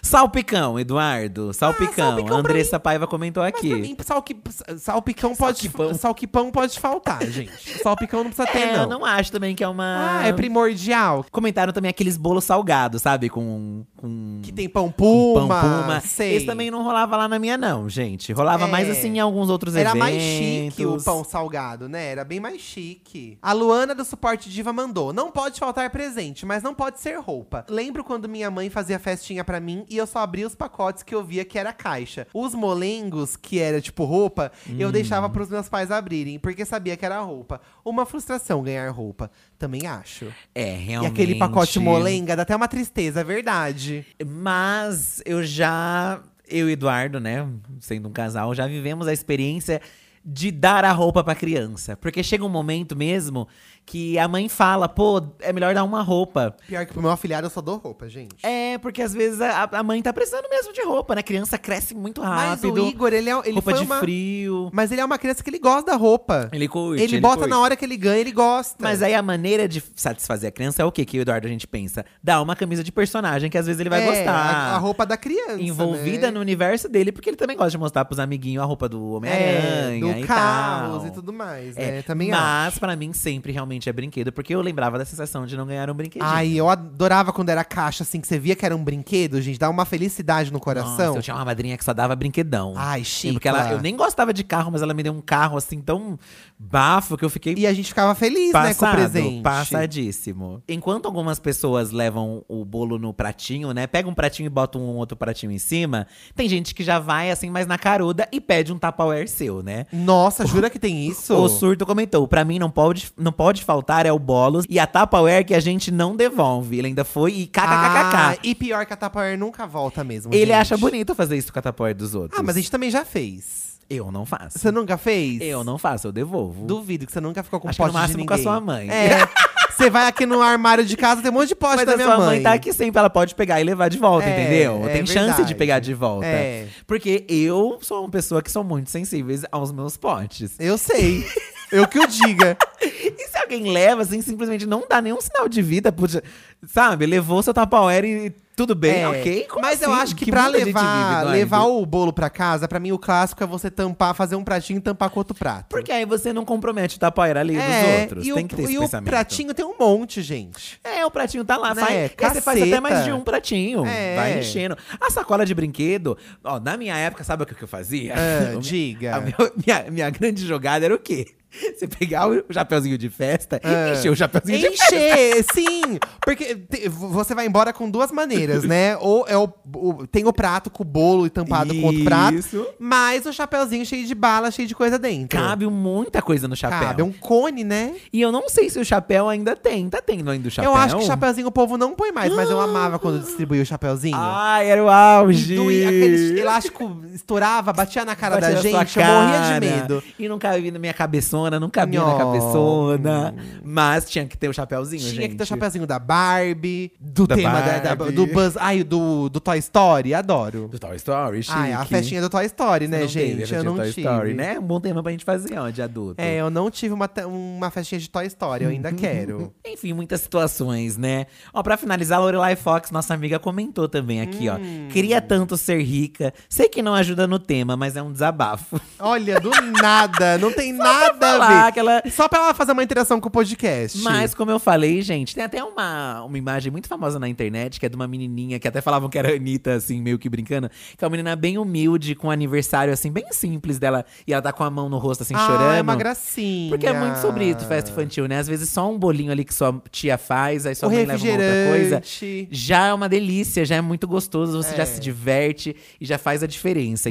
Salpicão, Eduardo. Salpicão.
Ah, salpicão pra
Andressa Paiva comentou
Mas pra
aqui.
mim, salqui, salpicão pode.
Salquipão.
Salquipão. pode faltar, gente. Salpicão não precisa ter,
É, eu
não.
não acho também que é uma...
Ah, é primordial.
Comentaram também aqueles bolos salgados, sabe? Com... com...
Que tem pão
com
puma.
Pão puma.
Sei.
Esse também não rolava lá na minha, não, gente. Rolava
É.
mais assim em alguns outros
Era
eventos.
mais chique o pão salgado, né? Era bem mais chique. A Luana do Suporte Diva mandou: Não pode faltar presente, mas não pode ser roupa. Lembro quando minha mãe fazia festinha pra mim e eu só abria os pacotes que eu via que era caixa. Os molengos, que era tipo roupa,
Hum.
eu deixava pros meus pais abrirem, porque sabia que era roupa. Uma frustração ganhar roupa. Também acho.
É, realmente.
E aquele pacote molenga dá até uma tristeza, é verdade.
Mas eu já. Eu e Eduardo, né? Sendo um casal, já vivemos a experiência de dar a roupa pra criança. Porque chega um momento mesmo que a mãe fala, pô, é melhor dar uma roupa.
Pior que pro meu afilhado eu só dou roupa, gente.
É, porque às vezes a, a mãe tá precisando mesmo de roupa, né? A criança cresce muito
Mas o
rápido.
Igor, ele é ele
roupa
foi
de
uma...
frio.
Mas ele é uma criança que ele gosta da roupa.
Ele curte.
Ele, bota
curte.
na hora que ele ganha, ele gosta.
Mas aí a maneira de satisfazer a criança é o quê? Que o Eduardo a gente pensa? Dar uma camisa de personagem que às vezes ele vai
É,
gostar.
A, a roupa da criança.
envolvida
né?
no universo dele, porque ele também gosta de mostrar pros amiguinhos a roupa do
É,
Homem-Aranha.
do
e
Carlos
tal.
e tudo mais,
É,
né? Também
Mas
acho.
pra mim sempre realmente é brinquedo, porque eu lembrava da sensação de não ganhar um brinquedinho.
Ai, eu adorava quando era caixa, assim, que você via que era um brinquedo, gente. Dá uma felicidade no
Nossa,
coração. Ah,
eu tinha uma madrinha que só dava brinquedão.
Ai,
Sim,
chique.
porque ela, eu nem gostava de carro, mas ela me deu um carro assim tão bafo que eu fiquei
E a gente ficava feliz, né, com o
Passado,
presente.
passadíssimo. Enquanto algumas pessoas levam o bolo no pratinho, né? Pega um pratinho e bota um outro pratinho em cima. Tem gente que já vai assim, mais na caruda e pede um Tupperware seu, né?
Nossa, jura que tem isso?
O surto comentou: pra mim não pode, não pode faltar é o bolos e a Tupperware que a gente não devolve. Ele ainda foi e
Ah,
kkkk.
e pior que a Tupperware nunca volta mesmo.
Ele
gente.
acha bonito fazer isso com a Tupperware dos outros.
Ah, mas a gente também já fez.
Eu não faço.
Você nunca fez?
Eu não faço, eu devolvo.
Duvido que você nunca ficou com
Acho que
pote
no máximo
de
com a
ninguém.
sua mãe.
É. Você vai aqui no armário de casa, tem um monte de pote
Mas
da
a
minha
sua mãe. tá aqui sempre, ela pode pegar e levar de volta,
É,
entendeu?
é
Tem chance
verdade.
de pegar de volta.
É.
Porque eu sou uma pessoa que sou muito sensível aos meus potes.
Eu sei. Eu que o diga.
E se alguém leva, assim, simplesmente não dá nenhum sinal de vida, podia- sabe? Levou seu Tupperware e tudo bem,
É,
ok? Como
Mas eu
assim?
acho que, pra
mundo a gente
levar,
vive, não é,
levar
Edu?
o bolo pra casa, pra mim o clássico é você tampar, fazer um pratinho e tampar com outro prato.
Porque aí você não compromete o Tupperware ali dos
É,
outros.
E
Tem
o,
que ter
e
esse
o
pensamento.
pratinho tem um monte, gente.
É, o pratinho tá lá.
Né?
Vai, aí você faz até
Caceta.
mais de um pratinho.
É.
Vai enchendo. A sacola de brinquedo, ó, na minha época, sabe o que que eu fazia?
Ah,
O A
diga.
meu- minha, minha grande jogada era o quê? Você pegar o chapeuzinho de festa
Ah.
e encher o chapeuzinho de festa.
Encher, sim! Porque te- você vai embora com duas maneiras, né? Ou é o, o- tem o prato com o bolo e tampado com outro prato,
Isso.
mas o chapéuzinho cheio de bala, cheio de coisa dentro.
Cabe muita coisa no chapéu.
Cabe, é um cone, né?
E eu não sei se o chapéu ainda tem. Tá tendo ainda o chapéu? Ah!
Eu acho que chapéuzinho o povo não põe mais, mas eu amava quando distribuía o chapéuzinho.
Ai, era o auge.
Do- aquele elástico estourava, batia na cara
Batia
da
na sua
gente, eu morria
cara.
de medo.
E não cabia na minha cabeçona, não cabia
Nhom.
na cabeçona. Mas tinha que ter o chapéuzinho,
Tinha
gente.
que ter o chapéuzinho da Barbie, do
Da
tema da- da-
Barbie.
do Buzz. Ai, do, do Toy Story, adoro.
Do Toy Story, chique.
Ai, a festinha do Toy Story, né,
Não teve a
gente?
festinha
eu
do
não
Toy
tive.
Story, né? Um bom tema pra gente fazer, ó, de adulto.
É, eu não tive uma, te- uma festinha de Toy Story, eu ainda quero.
Enfim, muitas situações, né? Ó, pra finalizar, a Lorelai Fox, nossa amiga, comentou também aqui,
Hum.
ó. Queria tanto ser rica. Sei que não ajuda no tema, mas é um desabafo.
Olha, do nada, não tem nada
Falar
a ver.
aquela-
Só pra ela fazer uma interação com o podcast.
Mas, como eu falei, gente, tem até uma, uma imagem muito famosa na internet, que é de uma menininha, que até falavam que era a Anitta, assim, meio que brincando. Que é uma menina bem humilde, com um aniversário, assim, bem simples dela. E ela tá com a mão no rosto, assim,
ah,
chorando.
é uma gracinha.
Porque é muito sobre isso, festa infantil, né? Às vezes só um bolinho ali que sua tia faz, aí sua
O
mãe leva uma outra coisa.
refrigerante.
Já é uma delícia, já é muito gostoso, você
É.
já se diverte e já faz a diferença.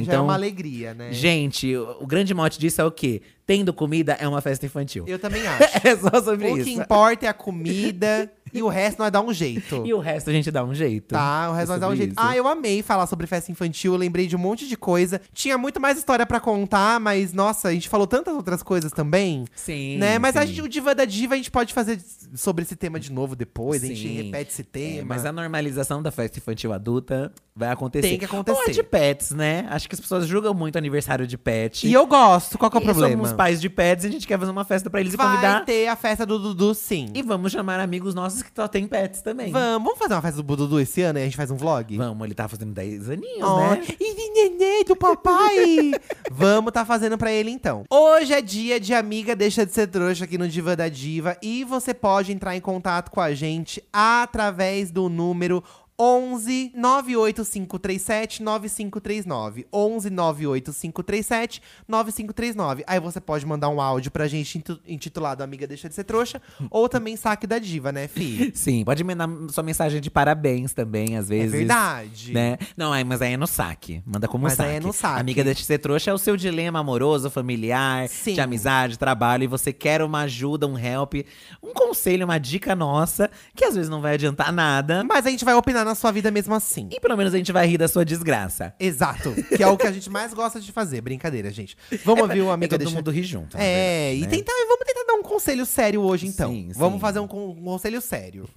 Já é
Então,
uma alegria, né?
gente, o, o grande mote disso é o quê? Tendo comida é uma festa infantil.
Eu também acho.
É só sobre
o que
isso.
importa é a comida e o resto nós dá um jeito.
E o resto a gente dá um jeito.
Tá, o resto nós dá um
sobre
jeito.
isso.
Ah, eu amei falar sobre festa infantil, eu lembrei de um monte de coisa. Tinha muito mais história pra contar, mas nossa, a gente falou tantas outras coisas também.
Sim.
né? Mas a
sim.
gente, o Diva da Diva a gente pode fazer sobre esse tema de novo depois, a gente
Sim.
repete esse
É,
tema.
mas a normalização da festa infantil adulta vai acontecer.
Tem que acontecer.
Ou é de pets, né? Acho que as pessoas julgam muito aniversário de pet.
E eu gosto, qual que é o
E
problema?
Somos pais de pets e a gente quer fazer uma festa pra eles e
Vai
convidar.
ter a festa do Dudu, sim.
E vamos chamar amigos nossos que só têm pets também.
Vamos, vamos fazer uma festa do Dudu esse ano e a gente faz um vlog?
Vamos, ele tá fazendo 10 aninhos,
Ó,
né?
E de nenê do papai! Vamos tá fazendo pra ele então. Hoje é dia de Amiga Deixa de Ser Trouxa aqui no Diva da Diva e você pode entrar em contato com a gente através do número 11 98537 9539. 11 98537 9539. Aí você pode mandar um áudio pra gente intu- intitulado Amiga Deixa de Ser Trouxa ou também Saque da Diva, né, Fih?
Sim, pode mandar sua mensagem de parabéns também, às
É
vezes.
verdade.
Né? Não, aí, mas aí é no saque. Manda como
Mas
saque.
aí é no saque.
Amiga deixa de ser trouxa é o seu dilema amoroso, familiar,
Sim.
de amizade, trabalho. E você quer uma ajuda, um help, um conselho, uma dica nossa, que às vezes não vai adiantar nada.
Mas a gente vai opinar na sua vida mesmo assim.
E pelo menos a gente vai rir da sua desgraça.
Exato. Que é o que a gente mais gosta de fazer. Brincadeira, gente. Vamos ouvir o
É
amigo
todo
deixa...
mundo rir junto. na
É,
verdade,
e
né?
tentar, vamos tentar dar um conselho sério hoje, então.
Sim,
Vamos
sim.
fazer um, con- um conselho sério.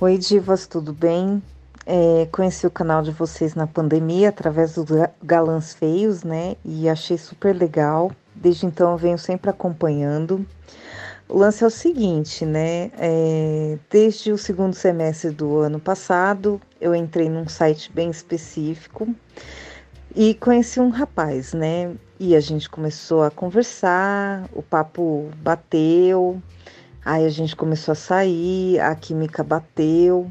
Oi, divas, tudo bem? É, conheci o canal de vocês na pandemia através dos ga- Galãs Feios, né? E achei super legal. Desde então eu venho sempre acompanhando. O lance é o seguinte, né? É, desde o segundo semestre do ano passado, eu entrei num site bem específico e conheci um rapaz, né? E a gente começou a conversar, o papo bateu. Aí a gente começou a sair, a química bateu.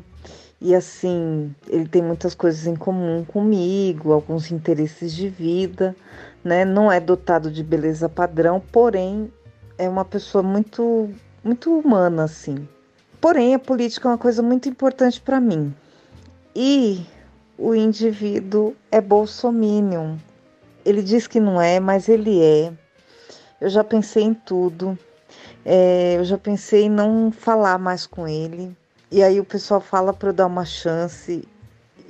E assim, ele tem muitas coisas em comum comigo, alguns interesses de vida, né? Não é dotado de beleza padrão, porém é uma pessoa muito muito humana assim. Porém, a política é uma coisa muito importante para mim. E o indivíduo é bolsominion. Ele diz que não é, mas ele é. Eu já pensei em tudo. É, eu já pensei em não falar mais com ele. E aí o pessoal fala para eu dar uma chance.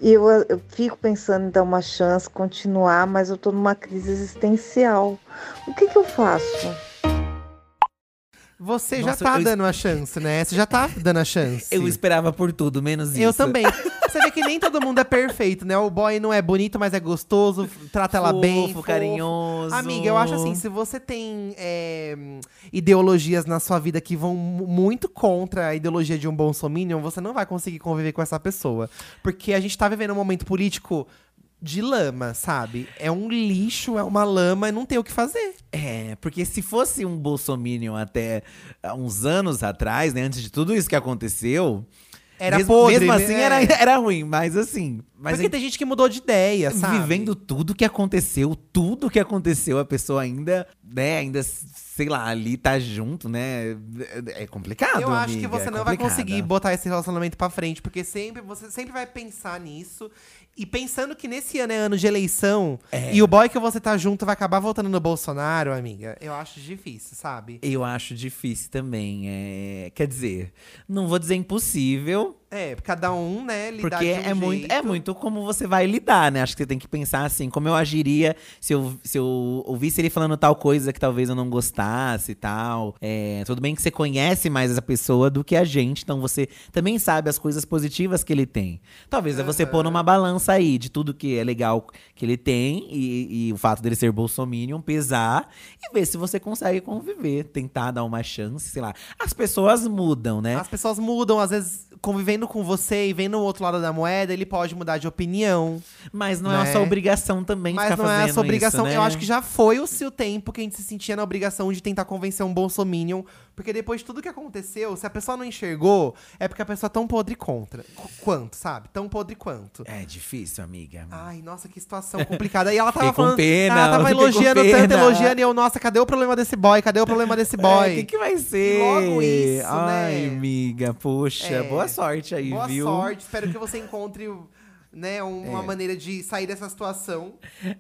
E eu, eu fico pensando em dar uma chance, continuar, mas eu tô numa crise existencial. O que, que eu faço?
Você já
Nossa,
tá
eu-
dando a chance, né? Você já tá dando a chance.
Eu esperava por tudo, menos isso.
Eu também. Você vê que nem todo mundo é perfeito, né? O boy não é bonito, mas é gostoso, trata ela
Fofo,
bem. fofo.
carinhoso.
Amiga, eu acho assim, se você tem é, ideologias na sua vida que vão mu- muito contra a ideologia de um bolsominion, você não vai conseguir conviver com essa pessoa. Porque a gente tá vivendo um momento político de lama, sabe? É um lixo, é uma lama e não tem o que fazer.
É, porque se fosse um bolsominion até há uns anos atrás, né? Antes de tudo isso que aconteceu.
Era
mesmo,
podre,
Mesmo
né?
assim, era, era ruim, mas assim. Mas
porque tem gente que mudou de ideia, sabe?
Vivendo tudo que aconteceu, tudo que aconteceu, a pessoa ainda, né, ainda, sei lá, ali tá junto, né? É é complicado.
Eu acho que
amiga,
você
é
não vai
complicado.
conseguir botar esse relacionamento pra frente, porque sempre você sempre vai pensar nisso. E pensando que nesse ano é ano de eleição
É.
e o boy que você tá junto vai acabar votando no Bolsonaro, amiga, eu acho difícil, sabe?
Eu acho difícil também. É... Quer dizer, não vou dizer impossível,
É, cada um, né, lidar
porque
de
é,
um
muito, é
jeito.
muito como você vai lidar, né? Acho que você tem que pensar assim, como eu agiria se eu, se eu ouvisse ele falando tal coisa que talvez eu não gostasse e tal. É, tudo bem que você conhece mais essa pessoa do que a gente, então você também sabe as coisas positivas que ele tem. Talvez é você pôr numa balança aí de tudo que é legal que ele tem e, e o fato dele ser bolsominion pesar e ver se você consegue conviver, tentar dar uma chance, sei lá. As pessoas mudam, né?
As pessoas mudam, às vezes convivendo com você e vendo o outro lado da moeda, ele pode mudar de opinião.
Mas não é a
né?
sua obrigação também
Mas
ficar
não é
fazendo
essa obrigação.
isso, né?
Eu acho que já foi o seu tempo que a gente se sentia na obrigação de tentar convencer um bolsominion. Porque depois de tudo que aconteceu, se a pessoa não enxergou, é porque a pessoa é tão podre contra. qu- Quanto, sabe? Tão podre quanto.
É difícil, amiga.
Ai, nossa, que situação complicada. E ela
Fiquei
Ah, tava
com
falando.
pena,
ela tava
fiquei com
elogiando
pena.
tanto, elogiando, e eu, nossa, cadê o problema desse boy? Cadê o problema desse
O
boy?
que, que vai ser?
logo isso, né?
Ai, amiga, poxa.
É.
Boa sorte aí,
Boa
viu?
sorte, espero que você encontre né, uma maneira de sair dessa situação.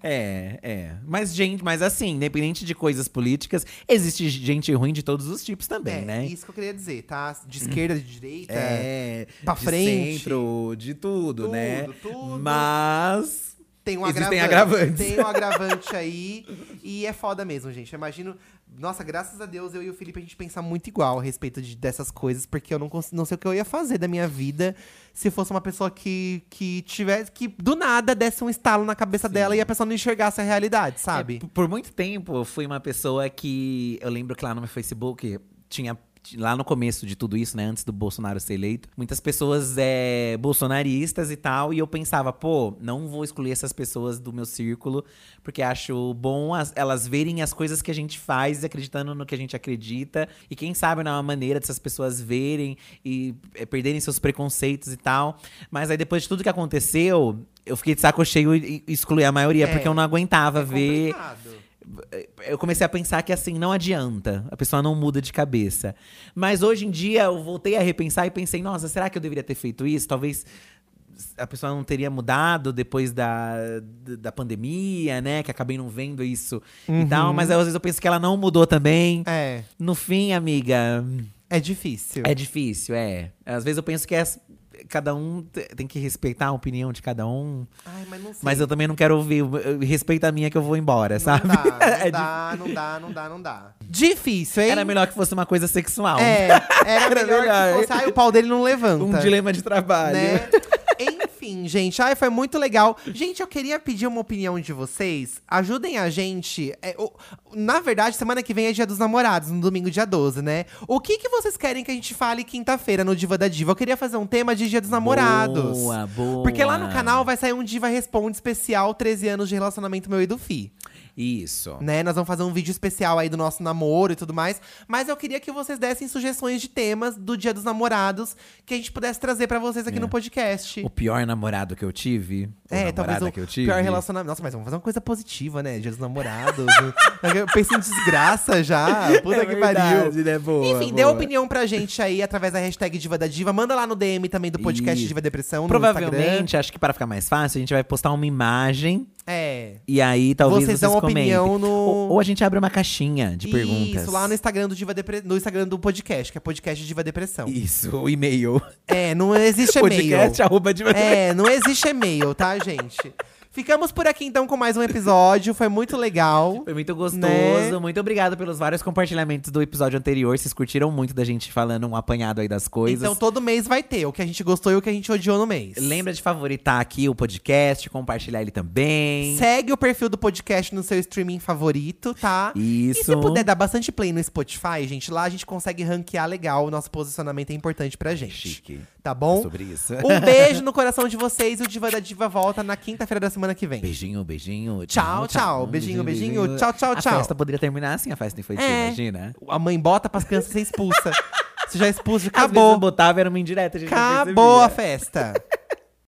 É, é. Mas, gente, mas assim, independente de coisas políticas, existe gente ruim de todos os tipos também,
é,
né?
isso que eu queria dizer, tá? De esquerda, de direita.
É,
Pra
de
frente.
centro, de tudo,
Tudo,
né?
tudo.
Mas.
Tem um
Existem
agravante.
agravantes.
Tem um agravante aí. E é foda mesmo, gente. Eu imagino. Nossa, graças a Deus, eu e o Felipe, a gente pensa muito igual a respeito de- dessas coisas, porque eu não, cons- não sei o que eu ia fazer da minha vida se fosse uma pessoa que, que tivesse. que do nada desse um estalo na cabeça dela e a pessoa não enxergasse a
É
realidade, sabe?
P- Por muito tempo, eu fui uma pessoa que. Eu lembro que lá no meu Facebook tinha. Lá no começo de tudo isso, né? Antes do Bolsonaro ser eleito, muitas pessoas é, bolsonaristas e tal. E eu pensava, pô, não vou excluir essas pessoas do meu círculo, porque acho bom as- elas verem as coisas que a gente faz, acreditando no que a gente acredita. E quem sabe não é uma maneira dessas pessoas verem e é, perderem seus preconceitos e tal. Mas aí depois de tudo que aconteceu, eu fiquei de saco cheio e e excluí a maioria,
É.
porque eu não aguentava ver
Complicado.
eu comecei a pensar que assim, não adianta, a pessoa não muda de cabeça. Mas hoje em dia eu voltei a repensar e pensei, nossa, será que eu deveria ter feito isso? Talvez a pessoa não teria mudado depois da, da pandemia, né? Que acabei não vendo isso e tal.
Uhum.
Mas aí, às vezes eu penso que ela não mudou também.
É.
No fim, amiga,
É difícil.
é difícil, é. Às vezes eu penso que as- cada um te- tem que respeitar a opinião de cada um.
Ai, mas não sei.
Mas eu também não quero ouvir. eu- eu- Respeita a minha que eu vou embora, sabe?
Não dá, não
É
dá, não dá, não dá, não dá. Difícil, hein?
Era melhor que fosse uma coisa sexual.
É, era melhor,
melhor.
que fosse, ai, o pau dele não levanta.
Um dilema de trabalho.
né? Enfim, gente, ai, foi muito legal. Gente, eu queria pedir uma opinião de vocês. Ajudem a gente. É, o- na verdade, semana que vem é dia dos namorados, no domingo, dia 12, né? O que, que vocês querem que a gente fale quinta-feira no Diva da Diva? Eu queria fazer um tema de dia dos namorados.
Boa, boa.
Porque lá no canal vai sair um Diva Responde especial 13 anos de relacionamento meu e do Fi.
Isso.
né? Nós vamos fazer um vídeo especial aí do nosso namoro e tudo mais. Mas eu queria que vocês dessem sugestões de temas do Dia dos Namorados que a gente pudesse trazer pra vocês aqui no podcast.
É. O pior namorado que eu tive. ou
É,
namorada
talvez o
que eu tive.
pior relacionamento. Nossa, mas vamos fazer uma coisa positiva, né? Dia dos namorados. um- eu pensei em desgraça já. Puta
É
que pariu.
verdade, né? Boa,
Enfim,
boa.
dê opinião pra gente aí através da hashtag Diva da Diva. Manda lá no DM também do podcast
Isso.
Diva Depressão. No Instagram.
Provavelmente, acho que para ficar mais fácil, a gente vai postar uma imagem
É.
e aí talvez
Vocês
vocês,
dão
comentem.
opinião no-
Ou, ou a gente abre uma caixinha de perguntas.
Isso, lá no Instagram do Diva Depre... no Instagram do podcast, que é podcast Diva Depressão.
Isso, o e-mail.
É, não existe e-mail.
Podcast arroba de
É, não existe e-mail, tá, gente? Ficamos por aqui então com mais um episódio. Foi muito legal.
Foi muito gostoso.
Né?
Muito obrigado pelos vários compartilhamentos do episódio anterior. Vocês curtiram muito da gente falando um apanhado aí das coisas.
Então todo mês vai ter o que a gente gostou e o que a gente odiou no mês.
Lembra de favoritar aqui o podcast, compartilhar ele também.
Segue o perfil do podcast no seu streaming favorito, tá?
Isso.
E se puder dar bastante play no Spotify, gente, lá a gente consegue ranquear legal. O nosso posicionamento é importante pra gente.
Chique.
Tá bom?
Sobre isso.
Um beijo no coração de vocês e o Diva da Diva volta na quinta-feira da semana que vem.
Beijinho, beijinho.
Tchau, tchau. Beijinho, beijinho. Tchau, tchau,
a
tchau.
A festa poderia terminar assim, a festa infantil,
É.
imagina.
A mãe bota pras crianças ser expulsa. Se já expulsa,
Às vezes eu
acabou.
botava, era uma indireta, a gente não
Acabou a
percebia.
festa.